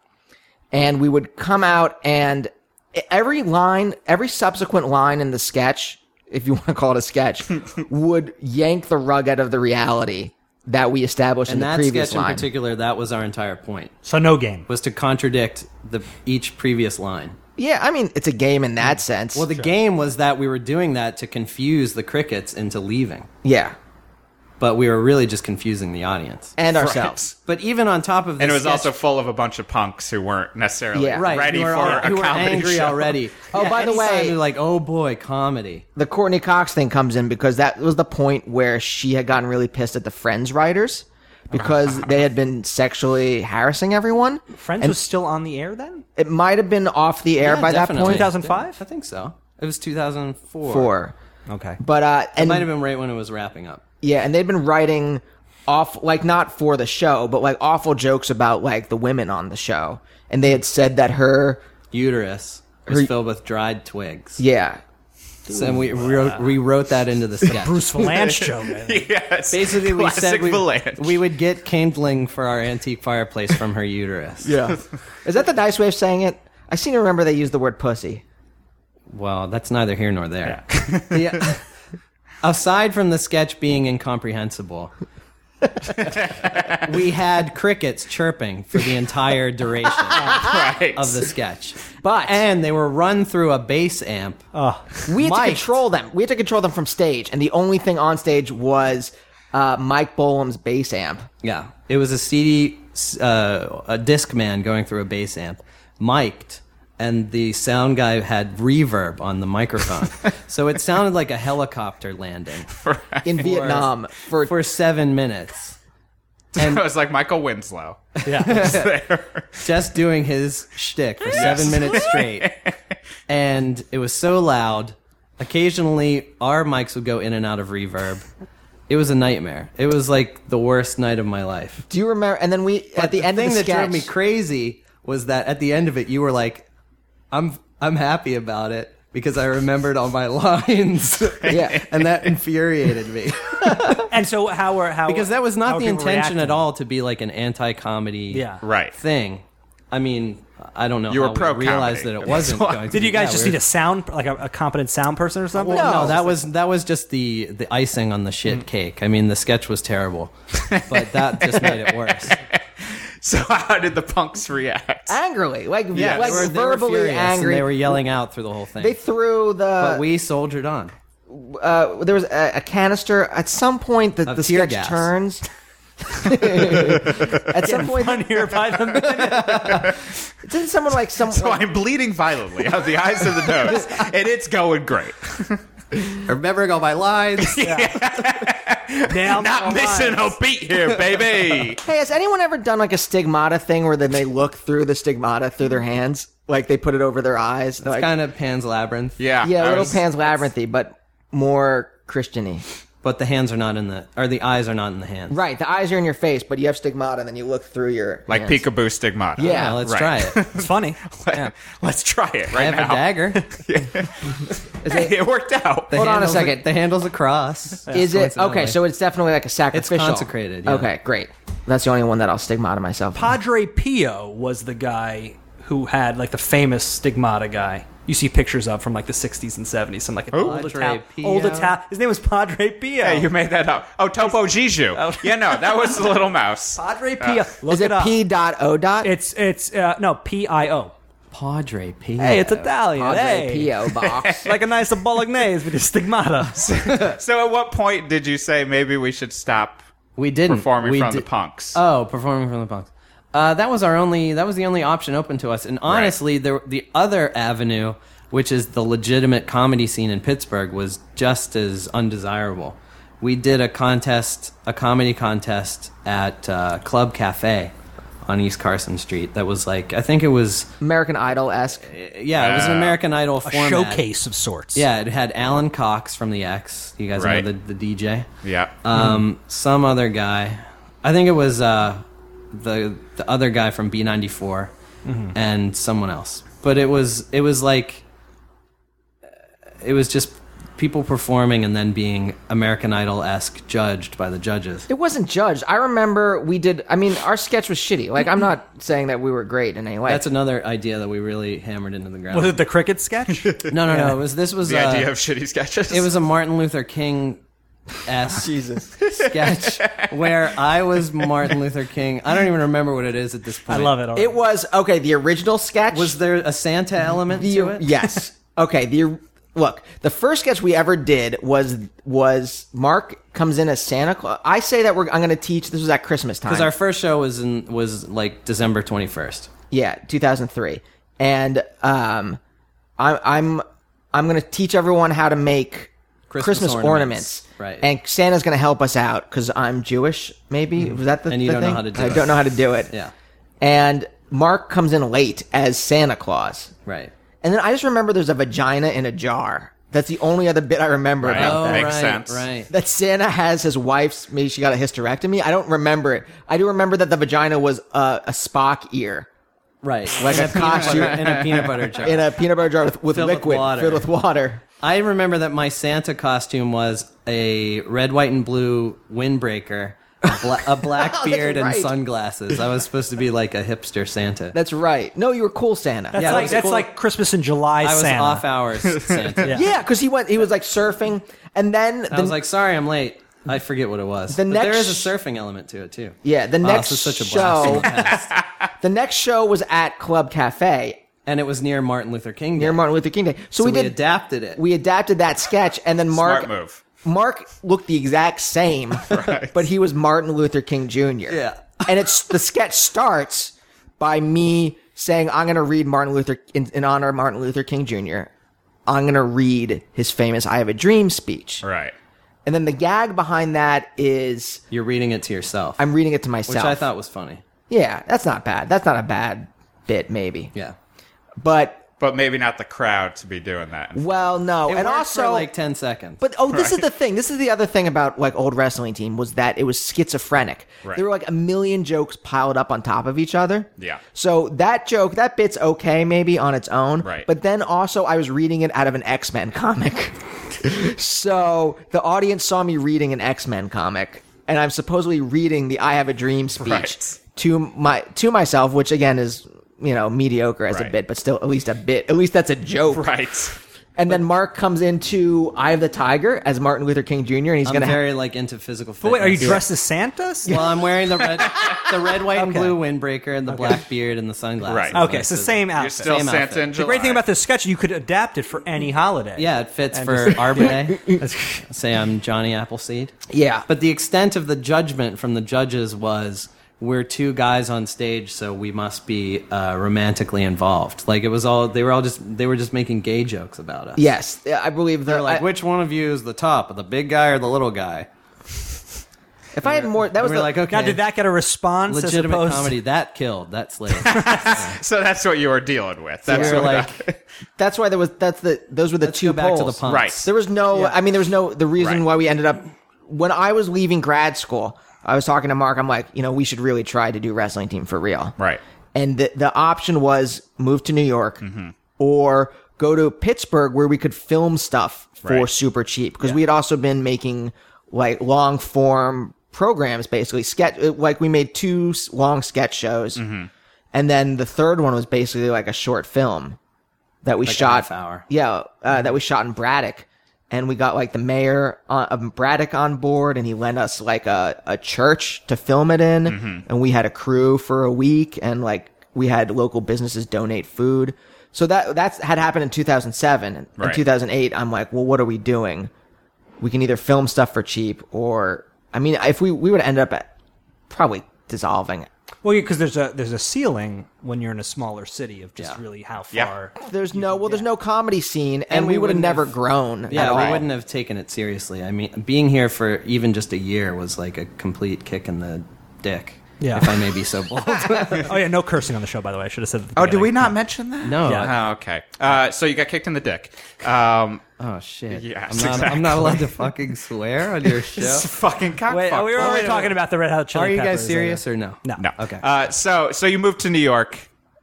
and we would come out and e, every line, every subsequent line in the sketch, if you want to call it a sketch, would yank the rug out of the reality. That we established in
And
the
that
previous
sketch in
line.
particular, that was our entire point,
So no game.
was to contradict the each previous line.
Yeah, I mean, it's a game in that sense.
Mm. Well, the game was that we were doing that to confuse the crickets into leaving,
yeah,
but we were really just confusing the audience.
and ourselves.
But even on top of this,
And it was
sketch-
also full of a bunch of punks who weren't necessarily
Yeah.
right,
ready
who
for
were,
a
who were
comedy
angry
show.
already.
Oh, by the
anytime
way-
you're like, oh boy, comedy.
The Courtney Cox thing comes in because that was the point where she had gotten really pissed at the Friends writers because they had been sexually harassing everyone.
Friends
And
was still on the air then.
it might have been off the air
Yeah,
by
definitely.
that point.
2005?
I think so. It was 2004.
Four,
Okay.
but uh,
It
and
might have been right when it was wrapping up.
yeah, and they'd been writing off like not for the show, but like awful jokes about like the women on the show, and they had said that her
Uterus was
Her-
filled with dried twigs.
yeah
So and we wrote, we wrote that into the sketch.
Bruce Valanche show. man.
Yes.
Basically, we said
Classic
we,
Valanche.
we would get kindling for our antique fireplace from her uterus.
yeah. Is that the nice way of saying it? I seem to remember they used the word pussy.
Well, that's neither here nor there. The- aside from the sketch being incomprehensible, we had crickets chirping for the entire duration
Right.
of the sketch. But and they were run through a bass amp.
We had
Mike.
to control them. We had to control them from stage, and the only thing on stage was uh, Mike Bolam's bass amp.
Yeah, it was a CD, uh, a disc man going through a bass amp, mic'd, and the sound guy had reverb on the microphone, so it sounded like a helicopter landing um,
in Vietnam for,
for seven minutes.
And it was like Michael Winslow.
just doing his shtick for seven minutes straight. And it was so loud. Occasionally, our mics would go in and out of reverb. It was a nightmare. It was like the worst night of my life.
Do you remember? And then we at
But
the, end
thing
of the
that
sketch,
drove me crazy was that at the end of it, you were like, "I'm I'm happy about it." Because I remembered all my lines,
Yeah.
and that infuriated me.
And so how were how
Because that was not
how
the
were people
intention at
reacting?
all to be like an anti-comedy,
Yeah.
Right.
thing. I mean, I don't know.
You were
how
pro
we realized
comedy.
that it wasn't.
That's why-
going to
Did
be-
you guys
yeah,
just
we
need
were-
a sound like a, a competent sound person or something?
No, that was that was just the the icing on the
Mm.
shit cake. I mean, the sketch was terrible, but that just made it worse.
So how did the punks react?
angrily, like
Yeah,
like
they were-
They were
verbally
furious and
angry.
they were yelling out through the whole thing.
They threw the
but we soldiered on.
uh, there was a, a canister at some point that the
tear
sketch
gas.
turns. at some point,
here by the minute.
didn't someone like some
So I'm bleeding violently out of the eyes and the nose, and it's going great.
Remembering all my lines.
Now
Not missing a beat here, baby.
Hey, has anyone ever done like a stigmata thing where then they look through the stigmata through their hands, like they put it over their eyes? They're Like,
kind of Pan's Labyrinth.
Yeah,
yeah,
I
little
was-
Pan's labyrinthy, but more Christiany.
But the hands are not in the, or the eyes are not in the hands.
Right, the eyes are in your face, but you have stigmata, and then you look through your
Like
hands.
peekaboo stigmata.
Yeah,
Yeah, let's
Right.
try it.
It's funny.
Let's try it
I
right
have a
now.
dagger.
Hey, it worked out.
The
Hold on a
handle's
second.
the handle's a cross.
Is it okay?
Coincidentally.
So it's definitely like a sacrificial.
consecrated, yeah.
Okay, great. That's the only one that I'll stigmata myself. in.
Padre Pio was the guy who had like the famous stigmata guy. You see pictures of from like the 60s and 70s. Some like an old
Padre
Italian.
Pio.
Old Italian. His name was Padre Pio.
Hey, you made that up. Oh, Topo Jiju. Yeah, no, that was the little mouse.
Padre Pio. Look
Is it
up.
P dot O dot?
It's it's uh, no P I O.
Padre P.
Hey, it's Italian.
Padre
hey.
Pio box.
Like a nice bolognese with a stigmata.
So, at what point did you say maybe we should stop
we didn't
performing
Mm, we
from
di-
the punks?
Oh, performing from the punks. Uh, that was our only. That was the only option open to us. And honestly, the the other avenue, which is the legitimate comedy scene in Pittsburgh, was just as undesirable. We did a contest, a comedy contest at uh, Club Cafe on East Carson Street. That was like, I think it was,
American Idol esque.
yeah, it was an American Idol
a
format.
showcase of sorts.
Yeah, it had Alan Cox from the X. You guys
Right.
know the, the DJ
yeah.
um, some other guy. I think it was uh, the the other guy from B ninety four and someone else. But it was it was like uh, it was just people performing and then being American Idol esque judged by the judges.
It wasn't judged. I remember we did. I mean, our sketch was shitty. Like, I'm not saying that we were great in any way.
That's another idea that we really hammered into the ground.
Was it the cricket sketch?
no, no, no. It was this was
the
uh,
idea of shitty sketches.
It was a Martin Luther King esque sketch where I was Martin Luther King. I don't even remember what it is at this
I
point.
love it. Already.
it was okay. The original sketch
Was there a Santa element
the
to it?
yes. Okay. The look. The first sketch we ever did was was Mark comes in as Santa Claus. I say that we're. I'm going to teach. This was at Christmas time.
Because our first show was in was like December twenty first.
Yeah, 2003. And um, I'm I'm I'm gonna teach everyone how to make
Christmas
Christmas,
ornaments.
ornaments.
Right.
And Santa's gonna help us out because I'm Jewish. Maybe was that the
Mm-hmm. And you
the
don't know
thing?
how to do
I
it.
don't know how to do it.
Yeah.
And Mark comes in late as Santa Claus.
Right.
And then I just remember there's a vagina in a jar. That's the only other bit I remember
Right.
about
Oh,
that
Makes
right,
sense.
Right.
that Santa has his wife's. Maybe she got a hysterectomy. I don't remember it. I do remember that the vagina was a, a Spock ear
Right.
Like
in
a costume.
peanut butter, in a peanut butter jar.
in a peanut butter jar with, with
Filled with
liquid
water.
filled with water.
I remember that my Santa costume was a red, white, and blue windbreaker, a, bla- a black
That's
beard, and
right.
sunglasses. I was supposed to be like a hipster Santa.
That's right. No, you were cool Santa.
that's
yeah, that
like
was
that's
cool.
like Christmas in July.
I was
Santa.
off hours Santa.
Yeah.
yeah, because he went. He was like surfing, and then the,
I was like, sorry, I'm late. I forget what it was.
The
but there
next-
is a surfing element to it too.
Yeah, the
Wow,
next
Oh, this is such a
show-
blast. from the past.
the next show was at Club Cafe
and it was near Martin Luther King. Day.
near Martin Luther King Day. So,
so
we
we,
did.
adapted it.
we adapted that sketch, and then Mark
smart move.
Mark looked the exact same, but he was Martin Luther King Jr.
Yeah.
and it's the sketch starts by me saying, "I'm going to read Martin Luther in, in honor of Martin Luther King Jr. I'm going to read his famous "I Have a Dream" speech."
Right.
And then the gag behind that is
You're reading it to yourself,
I'm reading it to myself.
which I thought was funny.
yeah, that's not bad. That's not a bad bit, maybe.
Yeah.
But
But maybe not the crowd to be doing that.
well, no,
It
and
worked
also
for like 10 seconds.
But oh, this is the thing. This is the other thing about like old wrestling team was that it was schizophrenic.
Right.
There were like a million jokes piled up on top of each other.
Yeah.
So that joke, that bit's okay maybe on its own.
Right.
But then also I was reading it out of an X Men comic. so the audience saw me reading an X Men comic, and I'm supposedly reading the "I Have a Dream" speech
Right.
to my to myself, which again is you know mediocre as a
Right.
bit, but still at least a bit. At least that's a joke.
Right.
And then Mark comes into Eye of the Tiger as Martin Luther King Jr. and he's
I'm
gonna ha-
very like into physical fitness.
But wait, are you dressed as Santa?
Well, I'm wearing the red, the red, white, and
Okay.
blue windbreaker and the black beard and the sunglasses.
Right.
Like,
Okay, so same
You're
outfit.
still
Same
Santa
outfit.
in
the
July.
great thing about this sketch, you could adapt it for any holiday.
Yeah, it fits
And
for
just-
Arbor Day. Say I'm Johnny Appleseed.
Yeah.
But the extent of the judgment from the judges was we're two guys on stage, so we must be uh, romantically involved. Like it was all they were all just they were just making gay jokes about us.
Yes. I believe they're
They're like,
like
which one of you is the top, the big guy or the little guy?
if I had more that
And
was
we're
the-
like, okay,
Now, did that get a response? as
legitimate
opposed-
comedy that killed that slave.
so that's what you were dealing with.
we
That's
were
what
like,
that's why there was that's the those were the
let's
two
go back to the
polls.
punks.
Right.
There was no I mean there was no the reason
Right.
why we ended up when I was leaving grad school, I was talking to Mark, I'm like, you know, we should really try to do wrestling team for real.
Right.
And the the option was move to New York or go to Pittsburgh where we could film stuff for
Right.
super cheap because we had also been making like long form programs basically sketch like we made two s- long sketch shows and then the third one was basically like a short film that we shot
half hour.
yeah uh, that we shot in Braddock and we got like the mayor on, of Braddock on board and he lent us like a, a church to film it in
Mm-hmm.
and we had a crew for a week and like we had local businesses donate food so that that's had happened in 2007 and in
Right.
2008 I'm like well what are we doing we can either film stuff for cheap or I mean if we we would end up at probably dissolving
Well, because there's a there's a ceiling when you're in a smaller city of just really how
Yeah.
far.
there's no well there's no comedy scene and,
And
we,
we
would have
wouldn't
never
have-
grown at
Yeah,
all.
we wouldn't have taken it seriously. I mean, being here for even just a year was like a complete kick in the dick.
Yeah.
If I may be so bold.
oh yeah, no cursing on the show, by the way. I should have said. At the
Oh, do we
beginning.
not mention that?
No.
Yeah.
Oh, okay. Uh, so you got kicked in the dick. Um,
Oh shit.
Yes,
I'm, not, I'm not
exactly.
allowed to fucking swear on your show.
it's fucking cock
Wait,
fuck.
we were already talking about the Red Hot Chili
Are you
Peppers.
guys serious or no?
No.
No.
Okay.
Uh, so so you moved to New York,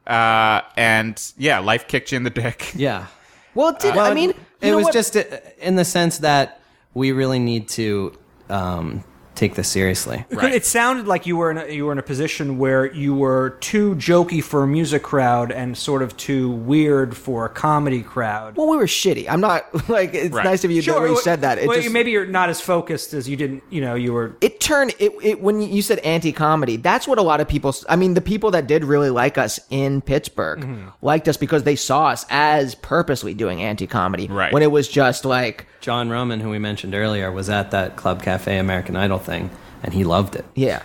uh, and yeah, life kicked you in the dick.
Yeah.
Well, it did. I mean, you
it
know
was
what?
just uh in the sense that we really need to um, take this seriously.
Right.
It sounded like you were in a, you were in a position where you were too jokey for a music crowd and sort of too weird for a comedy crowd.
Well, we were shitty. I'm not like it's
Right.
nice of you that you said that. It
well,
just
maybe you're not as focused as you didn't. You know, you were.
it turned it, it when you said anti-comedy. That's what a lot of people. s- I mean, the people that did really like us in Pittsburgh
Mm-hmm.
liked us because they saw us as purposely doing anti-comedy.
Right.
When it was just like,
John Roman, who we mentioned earlier, was at that Club Cafe American Idol thing, and he loved it
yeah,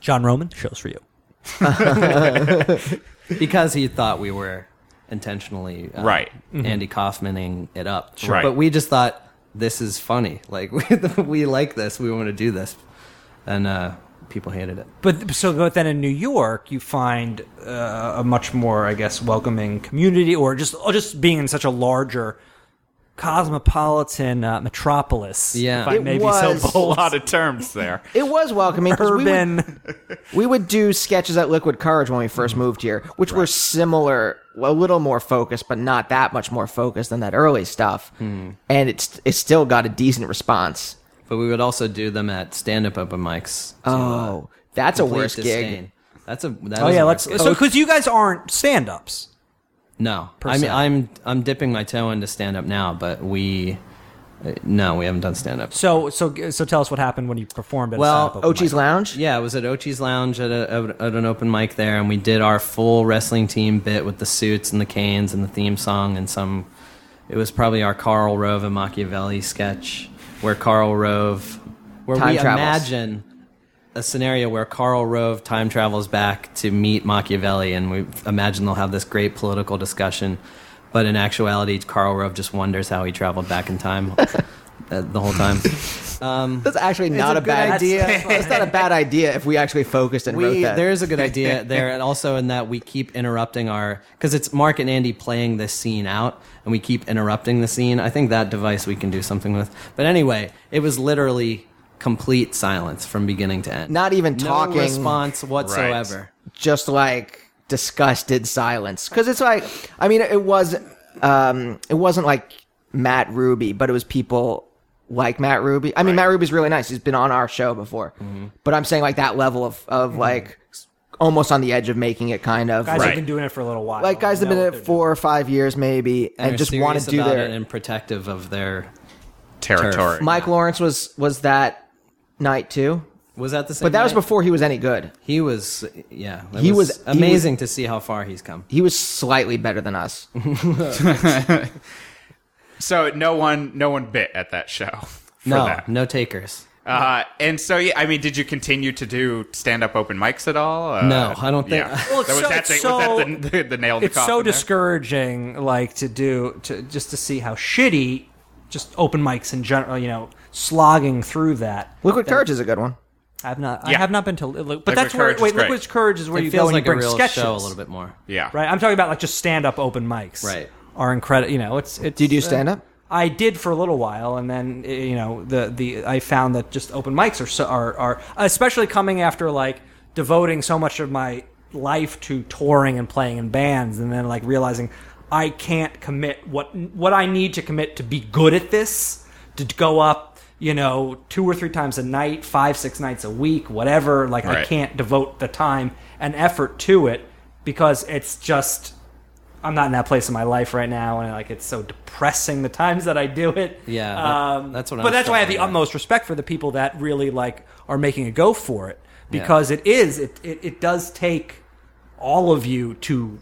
John Roman shows for you.
because he thought we were intentionally uh,
Right. Mm-hmm.
Andy Kaufmaning it up.
Sure. Right.
But we just thought this is funny. Like we, we like this. We want to do this, and uh, people hated it.
But so, but then in New York, you find uh, a much more, I guess, welcoming community, or just or just being in such a larger cosmopolitan uh, metropolis.
Yeah.
if I
It
may be
was-
so
A
bold.
lot of terms there.
it was welcoming. 'cause we would-
Urban.
We would do sketches at Liquid Courage when we first
Mm-hmm.
moved here, which were similar, a little more focused, but not that much more focused than that early stuff.
Mm.
And it's it still got a decent response.
But we would also do them at stand-up open mics. to, uh,
Oh, that's a
complete
worse gig.
disdain. That's a that
Oh
is
yeah,
a
let's.
worse gig.
So, because you guys aren't stand-ups.
no. I
se.
mean, I'm I'm dipping my toe into stand up now, but we uh, no, we haven't done stand up.
So, so, so, tell us what happened when you performed at
Well,
a stand-up open
Ochi's
mic.
Oh, Lounge.
Yeah, it was at Ochi's Lounge at, a, at an open mic there, and we did our full wrestling team bit with the suits and the canes and the theme song and some. It was probably our Carl Rove and Machiavelli sketch where Carl Rove, where
Time
we
travels.
imagine a scenario where Carl Rove time travels back to meet Machiavelli, and we imagine they'll have this great political discussion. But in actuality, Carl Rove just wonders how he traveled back in time uh, the whole time.
That's actually not
a
a, bad
good
idea. That's not a bad idea if we actually focused and wrote
We,
that.
there is a good idea there, and also in that we keep interrupting our because it's Mark and Andy playing this scene out, and we keep interrupting the scene. I think that device we can do something with. But anyway, it was literally complete silence from beginning to end.
Not even talking.
no response whatsoever.
just like disgusted silence because it's like i mean it was um it wasn't like matt ruby but it was people like matt ruby i mean matt ruby's really nice he's been on our show before but i'm saying like that level of of like s- almost on the edge of making it kind of
Guys
like,
have been doing it for a little while.
like guys have
Know
been
what
in
they're
it four or five years maybe and,
They're
just want
serious
to do
about
their
it and protective of their.
territory.
mike lawrence was was that night too
Was that the same?
but that was
night?
before he was any good
he was. Yeah, it
He
was,
was- he was-
amazing to see how far he's come.
he was slightly better than us
So no one, no one bit at that show. For
No,
that.
no takers.
Uh, and so yeah, I mean, did you continue to do stand-up open mics at all? Uh,
No, I don't think-
Yeah.
Well, it's
That was
so-
that,
it's
the,
so-
was that the, the, the nail in the
it's so
coffin there?
discouraging like to do to just to see how shitty just open mics in general you know slogging through that
liquid courage is a good one
i've not i
Yeah.
have not been to but that's
Liquid
where
Courage is
wait
great.
liquid courage is where you
It
go
feels
and
like
you
a
bring
real
sketches
show a little bit more.
Yeah.
right i'm talking about like just stand up open mics
Right.
are incredible you know it's, it's
did you do stand up
I did for a little while, and then eh, you know the the I found that just open mics are so are, are especially coming after like devoting so much of my life to touring and playing in bands, and then like realizing I can't commit what what I need to commit to be good at this to go up you know two or three times a night, five six nights a week, whatever. Like I
Right.
can't devote the time and effort to it because it's just I'm not in that place in my life right now, and like it's so depressing the times that I do it.
Yeah, that-
um,
that's what
But
I'm
that's why I have the
struggling with.
utmost respect for the people that really like are making a go for it because it is it, it it does take all of you to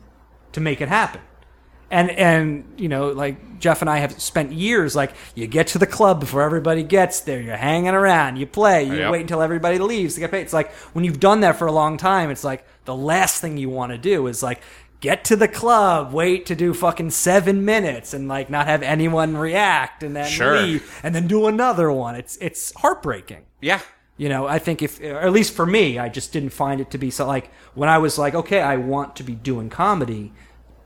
to make it happen. And and you know like Jeff and I have spent years like you get to the club before everybody gets there. You're hanging around, you play, you
Yep.
wait until everybody leaves to get paid. It's like when you've done that for a long time, it's like the last thing you want to do is like get to the club, wait to do fucking seven minutes, and like not have anyone react, and then
Sure.
leave, and then do another one. It's it's heartbreaking.
Yeah.
You know, I think if, or at least for me, I just didn't find it to be so like when I was like, okay, I want to be doing comedy.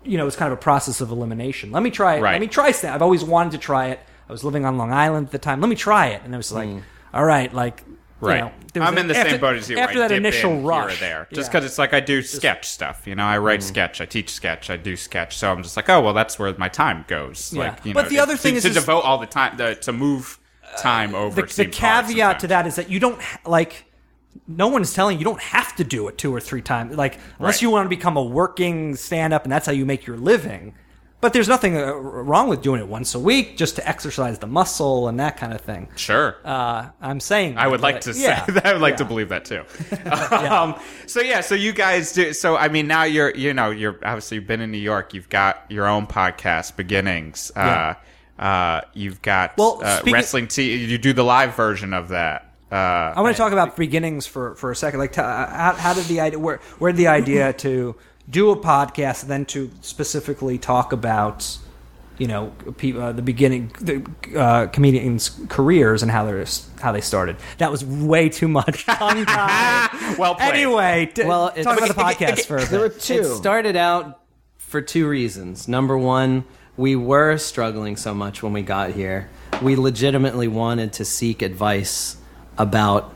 You know, it's kind of a process of elimination. Let me try it. Let
Right.
me try stand. I've always wanted to try it. I was living on Long Island at the time. Let me try it, and it was like, all right, like, you
Mm. Right.
know, there was
I'm
an-
in the
after-
same boat as you.
After
I
that
dip
initial
in
rush,
here or there, just
Yeah. Mm-hmm.
because it's like I do sketch stuff. You know, I write sketch, I teach sketch, I do sketch. So I'm just like, oh well, that's where my time goes.
Yeah.
Like, you
But
know,
the
to-
other thing
to,
is-
to
is- Uh,
devote all the time the, to move time over.
the, the
seems
caveat
hard
to
sometimes.
that is that you don't ha- like no one's telling you you don't have to do it two or three times like unless
Right.
you want to become a working stand up and that's how you make your living but there's nothing uh, r- wrong with doing it once a week just to exercise the muscle and that kind of thing
Sure.
uh, i'm saying
I would
that,
like to
but-
say
yeah.
that. I would like to believe that too. um, so yeah, so you guys do. So I mean, now you're you know you're obviously you've been in New York. You've got your own podcast, Beginnings. Uh, uh, you've got
Well,
uh,
speaking-
wrestling. T- you do the live version of that. Uh,
I want to talk about beginnings for, for a second. Like, t- uh, how, how did the idea? Where where did the idea to do a podcast, and then to specifically talk about, you know, pe- uh, the beginning, the uh, comedians' careers and how they how they started. That was way too much tongue tie.
well, played.
anyway, t-
Well,
well,
it's-
talk about the podcast for a
there were
bit.
two
It started out for two reasons. Number one, we were struggling so much when we got here. We legitimately wanted to seek advice about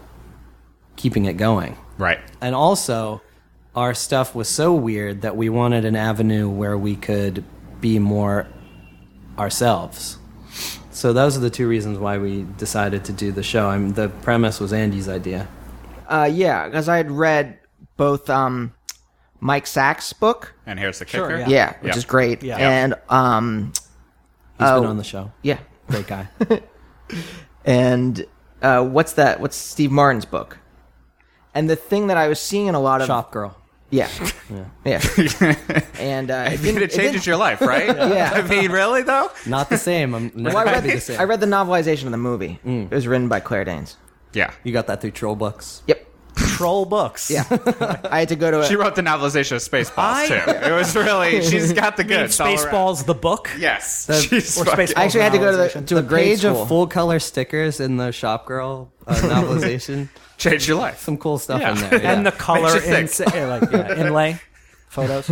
keeping it going.
right.
And also, our stuff was so weird that we wanted an avenue where we could be more ourselves. So those are the two reasons why we decided to do the show. I mean, the premise was Andy's idea.
Uh, yeah, because I had read both um, Mike Sachs' book,
And here's the kicker.
yeah.
yeah, which
Yeah.
is great,
Yeah.
and um,
He's
Oh.
been on the show.
yeah,
Great guy.
and uh, what's that? What's Steve Martin's book? And the thing that I was seeing in a lot of
Shop girl.
Yeah. Yeah. and uh, it didn't-
it changes
didn't-
your life, right?
Yeah.
I mean, really though.
Not the same. I'm never
Well, I,
gonna
read
be the
the,
same.
I read the novelization of the movie. It was written by Claire Danes.
Yeah.
you got that through troll books.
Yep.
Troll books.
Yeah. I had to go to a.
She wrote the novelization of Spaceballs
I-
too. It was really she's got the
I mean,
good.
Spaceballs, the book.
Yes.
The-
she's
or
fucking-
Spaceballs.
I actually had to go to the,
novelization.
to a grade
Page
school.
of full color stickers in the shop girl uh, novelization.
changed your life.
Some cool stuff
Yeah.
in there. yeah.
and the color
Makes you
in,
think.
eh, like yeah, inlay photos.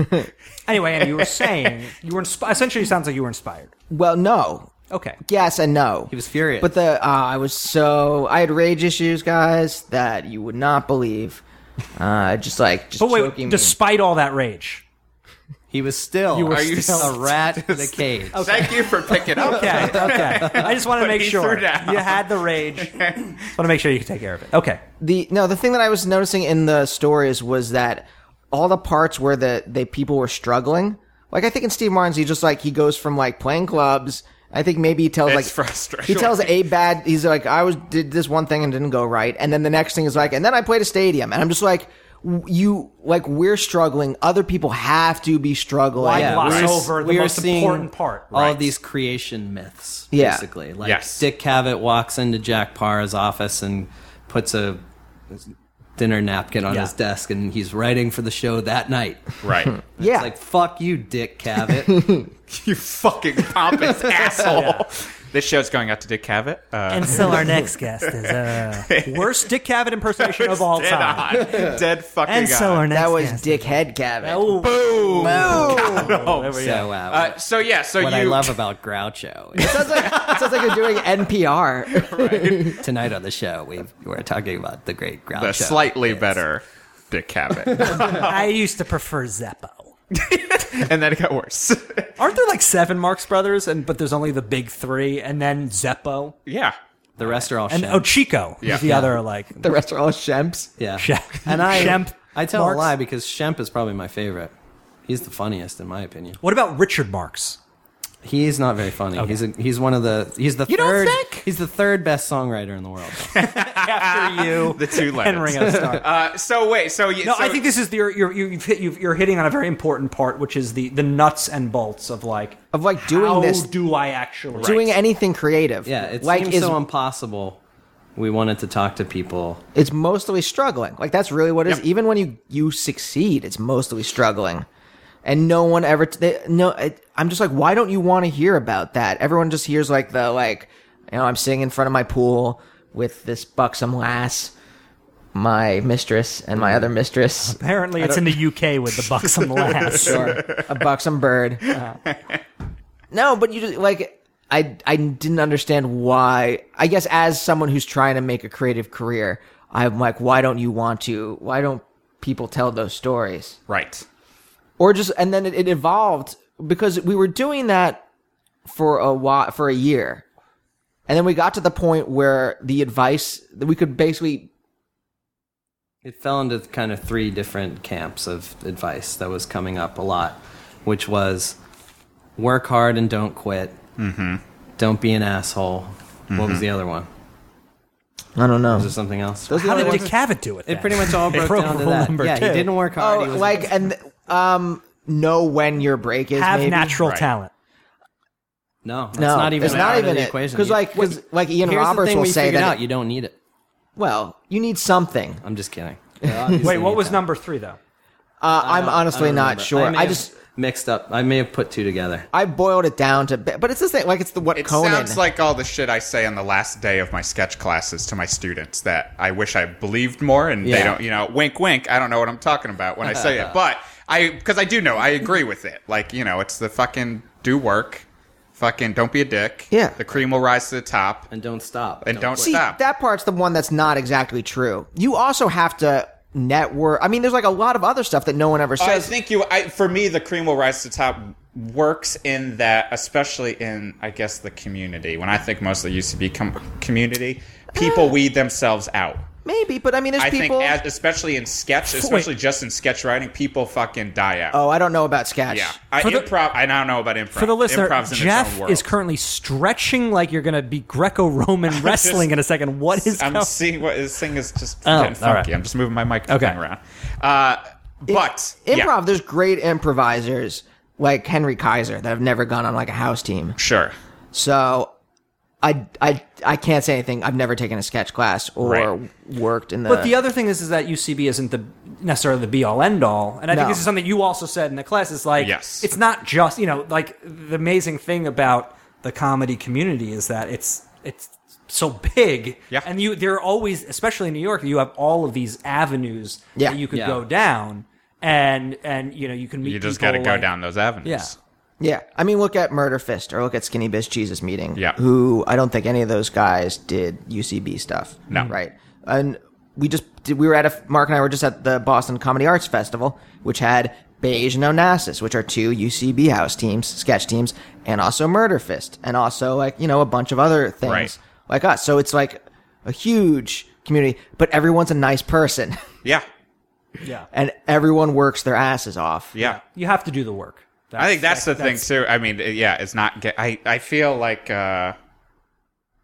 anyway, and you were saying you were insp- essentially it sounds like you were inspired.
Well, no.
Okay,
Yes and no.
He was furious.
But the uh, I was so I had rage issues, guys, that you would not believe. Uh, just like just
but
choking
wait,
me.
despite all that rage,
he was still
You were
Are you
a
still-
rat in a cage.
Thank you for picking up.
okay, okay. I just want to make
he
sure
threw down.
you had the rage. just want to make sure you can take care of it. Okay,
the no the thing that I was noticing in the stories was that all the parts where the they people were struggling. Like I think in Steve Martin's, he just like he goes from like playing clubs. I think maybe he tells
It's
like
frustrating.
he tells a bad. He's like I was did this one thing and didn't go right, and then the next thing is like, and then I played a stadium, and I'm just like. w- You like we're struggling. Other people have to be struggling.
I
Yeah,
gloss
we're-
over the
we are
most
seeing
important part.
All of these creation myths,
Yeah.
basically. Like
Yes.
Dick Cavett walks into Jack Parr's office and puts a dinner napkin on
Yeah.
his desk, and he's writing for the show that night.
Right.
yeah,
It's like fuck you, Dick Cavett.
you fucking pompous asshole. This show's going out to Dick Cavett. Uh,
And so our next guest is uh, worst Dick Cavett impersonation of all
dead
time.
on. Dead fucking
And so our
on.
next
that was
guest.
dickhead Cavett.
Oh,
Boom.
so uh,
Uh, so yeah, so
what
you
I love about Groucho. is
sounds like it sounds like you're doing NPR.
tonight on the show, we we're talking about the great Groucho.
the slightly better Dick Cavett,
I used to prefer Zeppo.
and then it got worse.
Aren't there like seven Marx Brothers, and but there's only the big three, and then Zeppo
yeah.
The rest are all
and oh,
shit.
Ochico.
Yeah.
is the
Yeah.
other like
The rest are all Shemps.
yeah.
Shemp.
And I
Shemp
I tell
Marx.
a lie because Shemp is probably my favorite. He's the funniest in my opinion.
What about Richard Marx?
He's not very funny. He's a, he's one of the he's the
don't
third
think?
he's the third best songwriter in the world.
After you
The two letters.
and Ringo Starr.
Uh, so wait, so you,
No,
so-
I think this is the, you're, you're, you've hit, you've, you're hitting on a very important part, which is the, the nuts and bolts of like
Of, like, doing
how
this-
Do I actually
Doing anything creative.
Yeah, it
like
seems
is
so impossible. We wanted to talk to people.
it's mostly struggling. Like that's really what it is.
Yep.
Even when you you succeed, it's mostly struggling. And no one ever t- they, no it, I'm just like why don't you want to hear about that? Everyone just hears like the like you know I'm sitting in front of my pool with this buxom lass, my mistress and my other mistress
Apparently, it's in the UK with the buxom lass.
sure. a buxom bird. Uh, no, but you just like I I didn't understand why. I guess as someone who's trying to make a creative career, I'm like, why don't you want to? Why don't people tell those stories?
right.
Or just and then it, it evolved because we were doing that for a while for a year. And then we got to the point where the advice that we could basically
It fell into kind of three different camps of advice that was coming up a lot, which was work hard and don't quit. Mm-hmm. Don't be an asshole. What was the other one?
I don't know.
Was there something else?
Mm-hmm. Those are the
How
only
did
ones-
Dick Cavett do it?
It pretty much all broke
broke
down to
rule
that.
number
yeah,
two.
he didn't work hard.
Oh,
he was
like and um know when your break is
have
maybe.
natural
Right.
talent.
no, that's
No,
not even
it's not
part of
even
the
it.
equation.
'Cause,
You-
like- 'cause,
Wait,
like, Ian
here's
Roberts
the thing
will
we
say
figured
that
out
it-
you don't need it.
Well, you need something.
I'm just kidding.
Wait, what was number three though?
Uh, I'm honestly
I
not
remember.
sure.
may
I,
have
just
mixed up. I may have put two together.
I boiled it down to, ba- but it's the same. Like it's the what
It
Conan.
sounds like all the shit I say on the last day of my sketch classes to my students that I wish I believed more and they
Yeah.
don't, you know, wink, wink. I don't know what I'm talking about when I say it, but I, because I do know, I agree with it. Like, you know, it's the fucking do work, fucking don't be a dick.
Yeah.
The cream will rise to the top
And don't stop.
and don't,
See,
stop.
that part's the one that's not exactly true. You also have to network. I mean, there's like a lot of other stuff that no one ever
I
says.
think you. I, for me, the cream will rise to the top works in that, especially in I guess the community. When I think mostly UCB com- community, people
Uh.
weed themselves out.
Maybe, but I mean, there's
I
people.
think, as, especially in sketch, especially just in sketch writing, people fucking die out.
oh, I don't know about sketch.
yeah, I,
For the-
improv. I don't know about improv.
For the listener,
Improv's in its own
Jeff
world.
is currently stretching like you're going to be Greco-Roman wrestling in a second. What is
I'm
going-
seeing what this thing is just
Oh,
getting
all
funky.
right.
I'm just moving my mic around. Uh, But yeah,
Improv, there's great improvisers like Henry Kaiser that have never gone on like a house team.
sure.
So I I I can't say anything. I've never taken a sketch class or
Right.
worked in the
But the other thing is, is that UCB isn't the necessarily the be all end all, and I
No.
think this is something you also said in the class. Is like,
Yes.
it's not just you know, like the amazing thing about the comedy community is that it's it's so big,
Yeah.
And you there are always, especially in New York, you have all of these avenues
Yeah.
that you could
Yeah.
go down, and and you know you can meet.
You just
got
got to go down those avenues.
Yeah.
Yeah, I mean, look at Murder Fist or look at Skinny Bitch Jesus Meeting.
Yeah.
who I don't think any of those guys did UCB stuff.
No.
right? And we just did, we were at a Mark and I were just at the Boston Comedy Arts Festival, which had Beige and Onassis, which are two UCB house teams, sketch teams, and also Murder Fist, and also like you know a bunch of other things
Right.
like us. So it's like a huge community, but everyone's a nice person,
Yeah.
and everyone works their asses off.
Yeah.
You have to do the work.
I think that's the thing too. I mean, it- yeah, it's not. Get, I I feel like uh,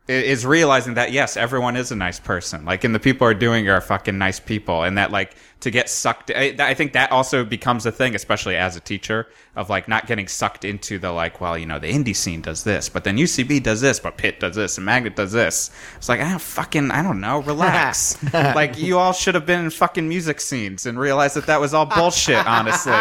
it is realizing that yes, everyone is a nice person. Like, and the people who are doing it are fucking nice people, and that like to get sucked. I, I think that also becomes a thing, especially as a teacher, of like not getting sucked into the like, well, you know, the indie scene does this, but then UCB does this, but Pitt does this, and Magnet does this. It's like I don't fucking I don't know. Relax. like you all should have been in fucking music scenes and realized that that was all bullshit. Honestly.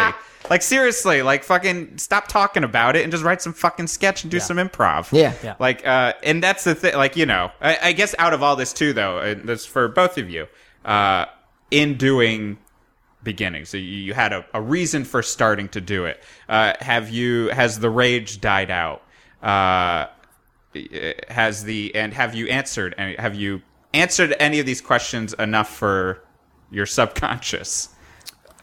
Like seriously, like fucking stop talking about it and just write some fucking sketch and do some improv.
Yeah. Yeah.
Like, uh, and that's the thing. Like, you know, I, I guess out of all this too, though, and this for both of you, uh, in doing beginning, so you, you had a, a reason for starting to do it. Uh, have you? Has the rage died out? Uh, has the and have you answered any? Have you answered any of these questions enough for your subconscious?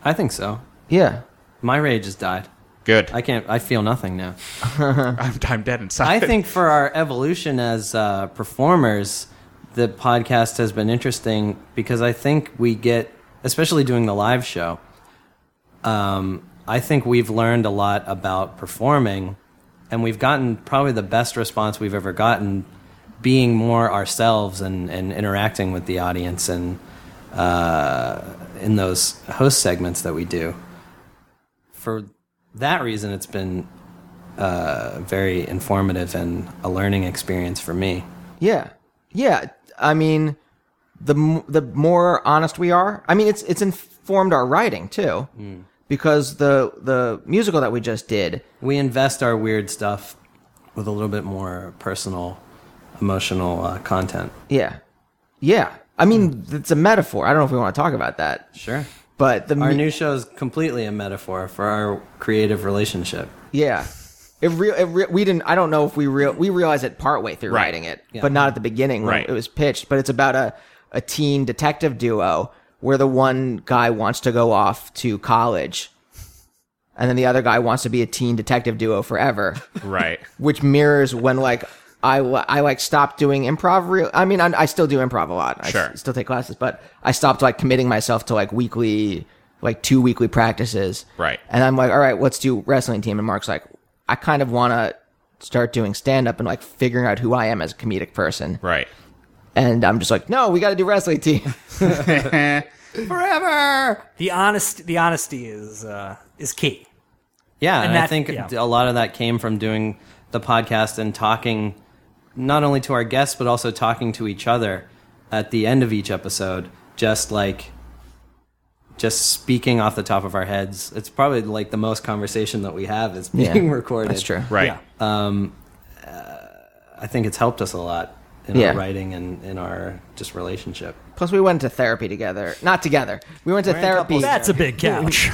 I think so.
Yeah,
My rage has died.
Good.
I can't. I feel nothing now.
I'm, I'm dead inside.
I think for our evolution as uh, performers, the podcast has been interesting because I think we get, especially doing the live show, um, I think we've learned a lot about performing, and we've gotten probably the best response we've ever gotten being more ourselves and, and interacting with the audience and uh, in those host segments that we do. For that reason, it's been very informative and a learning experience for me.
Yeah, yeah. I mean, the m- the more honest we are, I mean, it's it's informed our writing too,
Hmm.
because the the musical that we just did,
We invest our weird stuff with a little bit more personal, emotional uh, content.
yeah, yeah. I mean, it's a metaphor. I don't know if we want to talk about that,
Sure.
but the
Our
mu-
new show is completely a metaphor for our creative relationship.
yeah. It real. It re- we didn't. I don't know if we real. We realized it partway through
Right.
writing it, but not at the beginning when
Right.
it was pitched. But it's about a a teen detective duo where the one guy wants to go off to college, and then the other guy wants to be a teen detective duo forever.
right.
which mirrors when like I, wa- I like stopped doing improv real I mean I, I still do improv a lot I s-
Sure.
still take classes but I stopped like committing myself to like weekly like two weekly practices
Right.
and I'm like all right let's do wrestling team and Mark's like I kind of want to start doing stand up and like figuring out who I am as a comedic person
Right.
and I'm just like no we got to do wrestling team
The honest, the honesty is uh, is key.
Yeah, and, I
that-
think
yeah.
a lot of that came from doing the podcast and talking not only to our guests but also talking to each other at the end of each episode, just like just speaking off the top of our heads. It's probably like the most conversation that we have is
Yeah,
being recorded.
that's true
Right.
Yeah.
I think it's helped us a lot in
Yeah.
our writing and in our just relationship.
plus we went to therapy together not together we went to therapy
That's a big couch.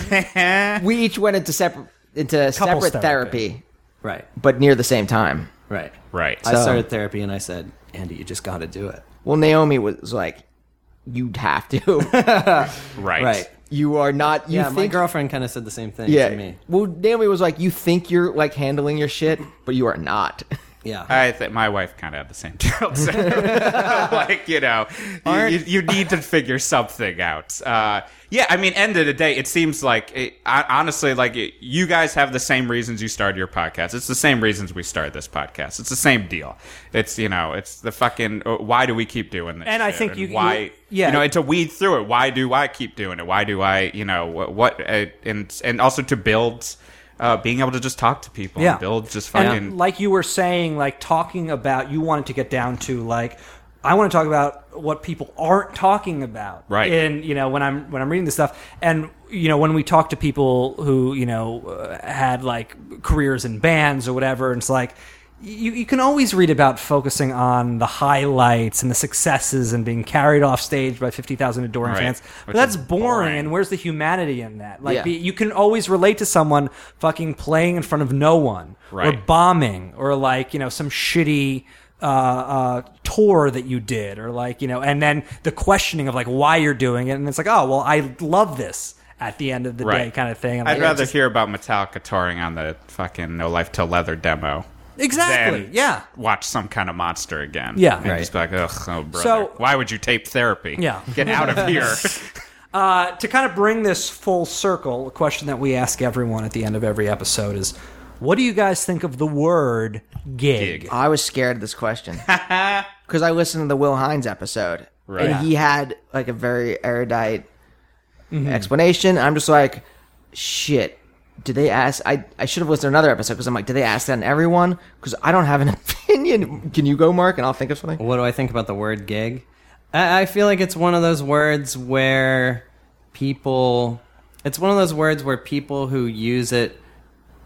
we each went into separate into separate
therapy.
therapy
Right.
but near the same time
Right.
Right.
I started therapy and I said, Andy, you just got to do it.
Well, Naomi was like, "You'd have to.
right.
Right.
you are not. You
yeah,
think,
my girlfriend kind of said the same thing
Yeah.
to me.
Well, Naomi was like, "You think you're like handling your shit, but you are not."
Yeah.
I think my wife kind of had the same Gerald syndrome. like you know, you, you, you need to figure something out. Uh, yeah, I mean, end of the day, it seems like it, I, honestly, like it, you guys have the same reasons you started your podcast. It's the same reasons we started this podcast. It's the same deal. It's you know, it's the fucking uh, why do we keep doing this?
And I
shit?
think you-
why
you- yeah.
you know, and to weed through it. Why do I keep doing it? Why do I you know what, what uh, and and also to build. Uh, being able to just talk to people
Yeah.
and build just
And
fucking
like you were saying, like talking about, you wanted to get down to like, I want to talk about what people aren't talking about,
Right.
And you know, when I'm when I'm reading this stuff, and you know, when we talk to people who you know uh, had like careers in bands or whatever, and it's like. You, you can always read about focusing on the highlights and the successes and being carried off stage by 50,000 adoring
Right.
fans. But
Which
that's
is
boring,
boring.
and where's the humanity in that? Like,
Yeah.
be, you can always relate to someone fucking playing in front of no one or
Right.
bombing or like you know some shitty uh, uh, tour that you did or like you know and then the questioning of like why you're doing it and it's like oh well i love this at the end of the day
Right.
kind of thing And,
I'd
like,
rather
it's
hear about Metallica touring on the fucking No Life Till Leather demo.
just- exactly
than
yeah
Watch some kind of monster again.
Yeah.
And just be like, ugh, oh, brother.
So-
why would you tape therapy?
Yeah.
Get out of here.
uh, to kind of bring this full circle a question that we ask everyone at the end of every episode is what do you guys think of the word gig,
Gig.
I was scared of this question because I listened to the Will Hines episode,
Right.
and he had like a very erudite Mm-hmm. explanation. I'm just like, shit. Did they ask? I, I should have listened to another episode because I'm like, did they ask that in everyone? Because I don't have an opinion. Can you go, Mark? And I'll think of something.
What do I think about the word gig? I, I feel like it's one of those words where people. It's one of those words where people who use it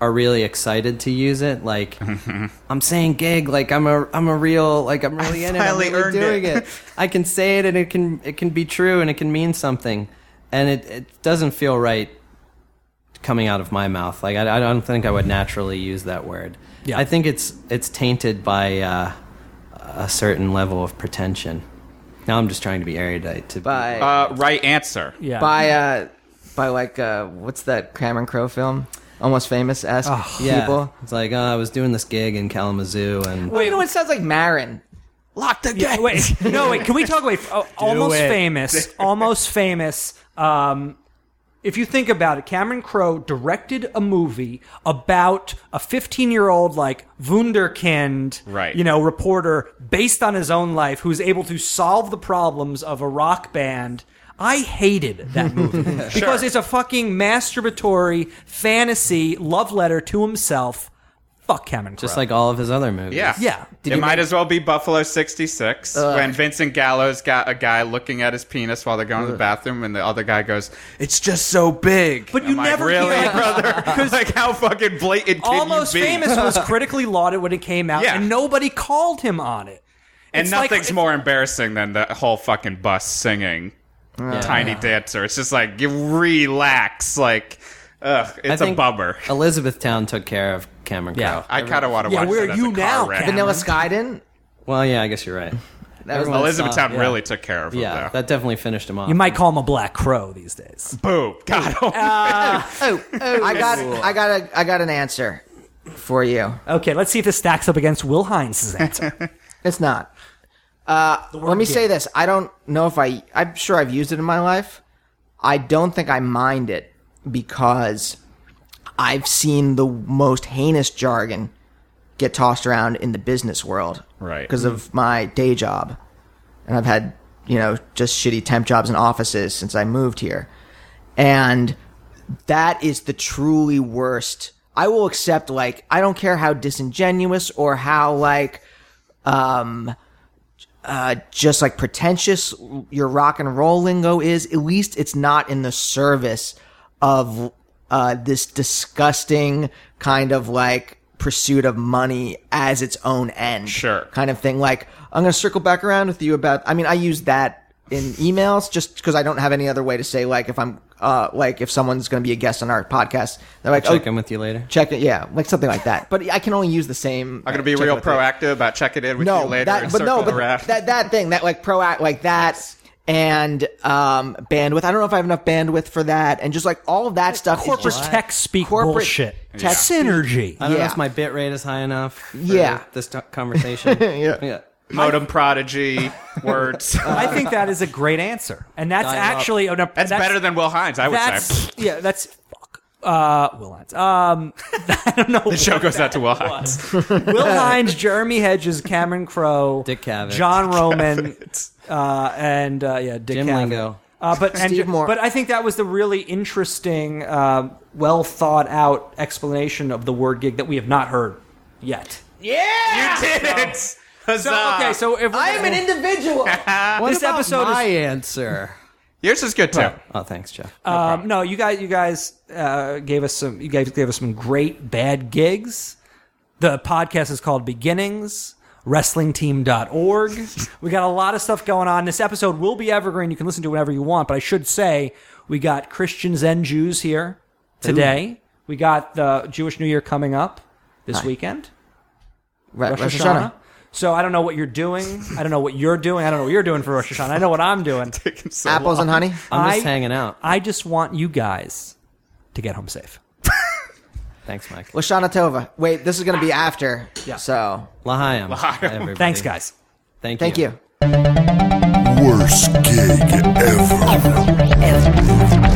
are really excited to use it. Like, I'm saying gig. Like, I'm a, I'm a real, like, I'm really in it. I'm
finally
really
earned
doing
it.
it. I can say it, and it can, it can be true, and it can mean something. And it, it doesn't feel right coming out of my mouth. Like I, I don't think I would naturally use that word.
Yeah.
I think it's it's tainted by uh, a certain level of pretension. Now I'm just trying to be erudite. To
By
Uh, right answer.
yeah
by uh by like uh what's that Cameron Crowe film? Almost famous esque
yeah,
people.
it's like oh, I was doing this gig in Kalamazoo, and
Wait, you know it sounds like Marin.
Lock the gate.
Yeah, wait, no, wait. Can we talk? Wait, oh, almost
it.
famous, almost famous. Um, if you think about it, Cameron Crowe directed a movie about a 15 year old, like, wunderkind,
Right.
you know, reporter based on his own life who's able to solve the problems of a rock band. I hated that movie because it's a fucking masturbatory fantasy love letter to himself. Fuck Cameron Crowe.
just like all of his other movies.
Yeah.
Yeah. Did
it
you
might as well be Buffalo 66 when Vincent Gallo's got a guy looking at his penis while they're going to the bathroom and the other guy goes, It's just so big.
But you
I'm like,
never
really,
hear-
brother? like, how fucking blatant can
Almost
you be?
Famous was critically lauded when it came out,
Yeah.
and nobody called him on it.
And
It's like-
nothing's more embarrassing than the whole fucking bus singing Tiny Dancer. It's just like, you relax. Like, ugh, it's a
think-
bummer.
Elizabethtown took care of Cameron Crowe.
I kind of want to
Yeah,
watch
where
that
are
as a
you
car
now,
wreck.
Kevin?
Vanilla Skyden?
Well, yeah, I guess you're right.
That was
Everyone
Elizabethtown
saw- yeah.
really took care of him,
Yeah,
though.
that definitely finished him off.
You might call him a black crow these days.
Boom. God, oh,
Oh, I got I got a I got an answer for you.
Okay, let's see if this stacks up against Will Hines' answer.
It's not. Uh, let me say this. I don't know if I. I'm sure I've used it in my life. I don't think I mind it because I've seen the most heinous jargon get tossed around in the business world,
Right.
Because of my day job, and I've had you know just shitty temp jobs in offices since I moved here, and that is the truly worst. I will accept like I don't care how disingenuous or how like um uh just like pretentious your rock and roll lingo is at least it's not in the service of uh this disgusting kind of like pursuit of money as its own end
Sure.
kind of thing like i'm going to circle back around with you about i mean i use that in emails just because i don't have any other way to say like if i'm uh like if someone's going to be a guest on our podcast they're like
check
oh,
in with you later.
check it yeah like something like that but i can only use the same uh,
I'm going to be
check
real
with you
proactive about checking in with you later
no,
and
that, but
circle
no, but
around.
that that thing that like proact like that and um, bandwidth. I don't know if I have enough bandwidth for that, and just like all of that stuff. is
Corporate
just-
tech speak
Corporate
bullshit.
tech
Synergy.
I don't know
Yeah.
if my bit rate is high enough. For
Yeah.
this t- conversation. yeah.
Modem prodigy words.
I think that is a great answer, and that's
Dial up.
actually an,
That's, better than Will Hines, I would say.
that's yeah. That's fuck. Uh, Will Hines. Um, I don't know.
The show goes out to Will Hines.
Will Hines, Jeremy Hedges, Cameron Crowe,
Dick Cavett.
John Roman, uh, and uh, yeah, Dick
Jim
Cavett.
Lingo.
Uh, but and,
Steve Moore.
but I think that was the really interesting, uh, well thought out explanation of the word gig that we have not heard yet.
You did it! Huzzah!
So, okay, so if we're
I'm an
gonna-
individual.
What
This
about
episode is-
my answer?
Yours is good too.
Oh, thanks, Jeff.
Um, no, you guys, you guys uh, gave us some. You guys gave us some great bad gigs. The podcast is called Beginnings. WrestlingTeam.org. We got a lot of stuff going on. This episode will be evergreen. You can listen to it whenever you want. But I should say we got Christians and Jews here today. We got the Jewish New Year coming up this weekend.
Right,
Rosh Hashanah. So I don't know what you're doing. I don't know what you're doing. I don't know what you're doing for Rosh Hashanah. I know what I'm doing.
So
Apples and honey.
I'm
I-
just hanging out.
I just want you guys to get home safe.
Thanks, Mike.
Lashana Tova. Wait, this is going to be after.
Yeah.
So
Lahayim. everybody.
Thanks, guys.
Thank,
thank
you.
you.
Worst gig ever.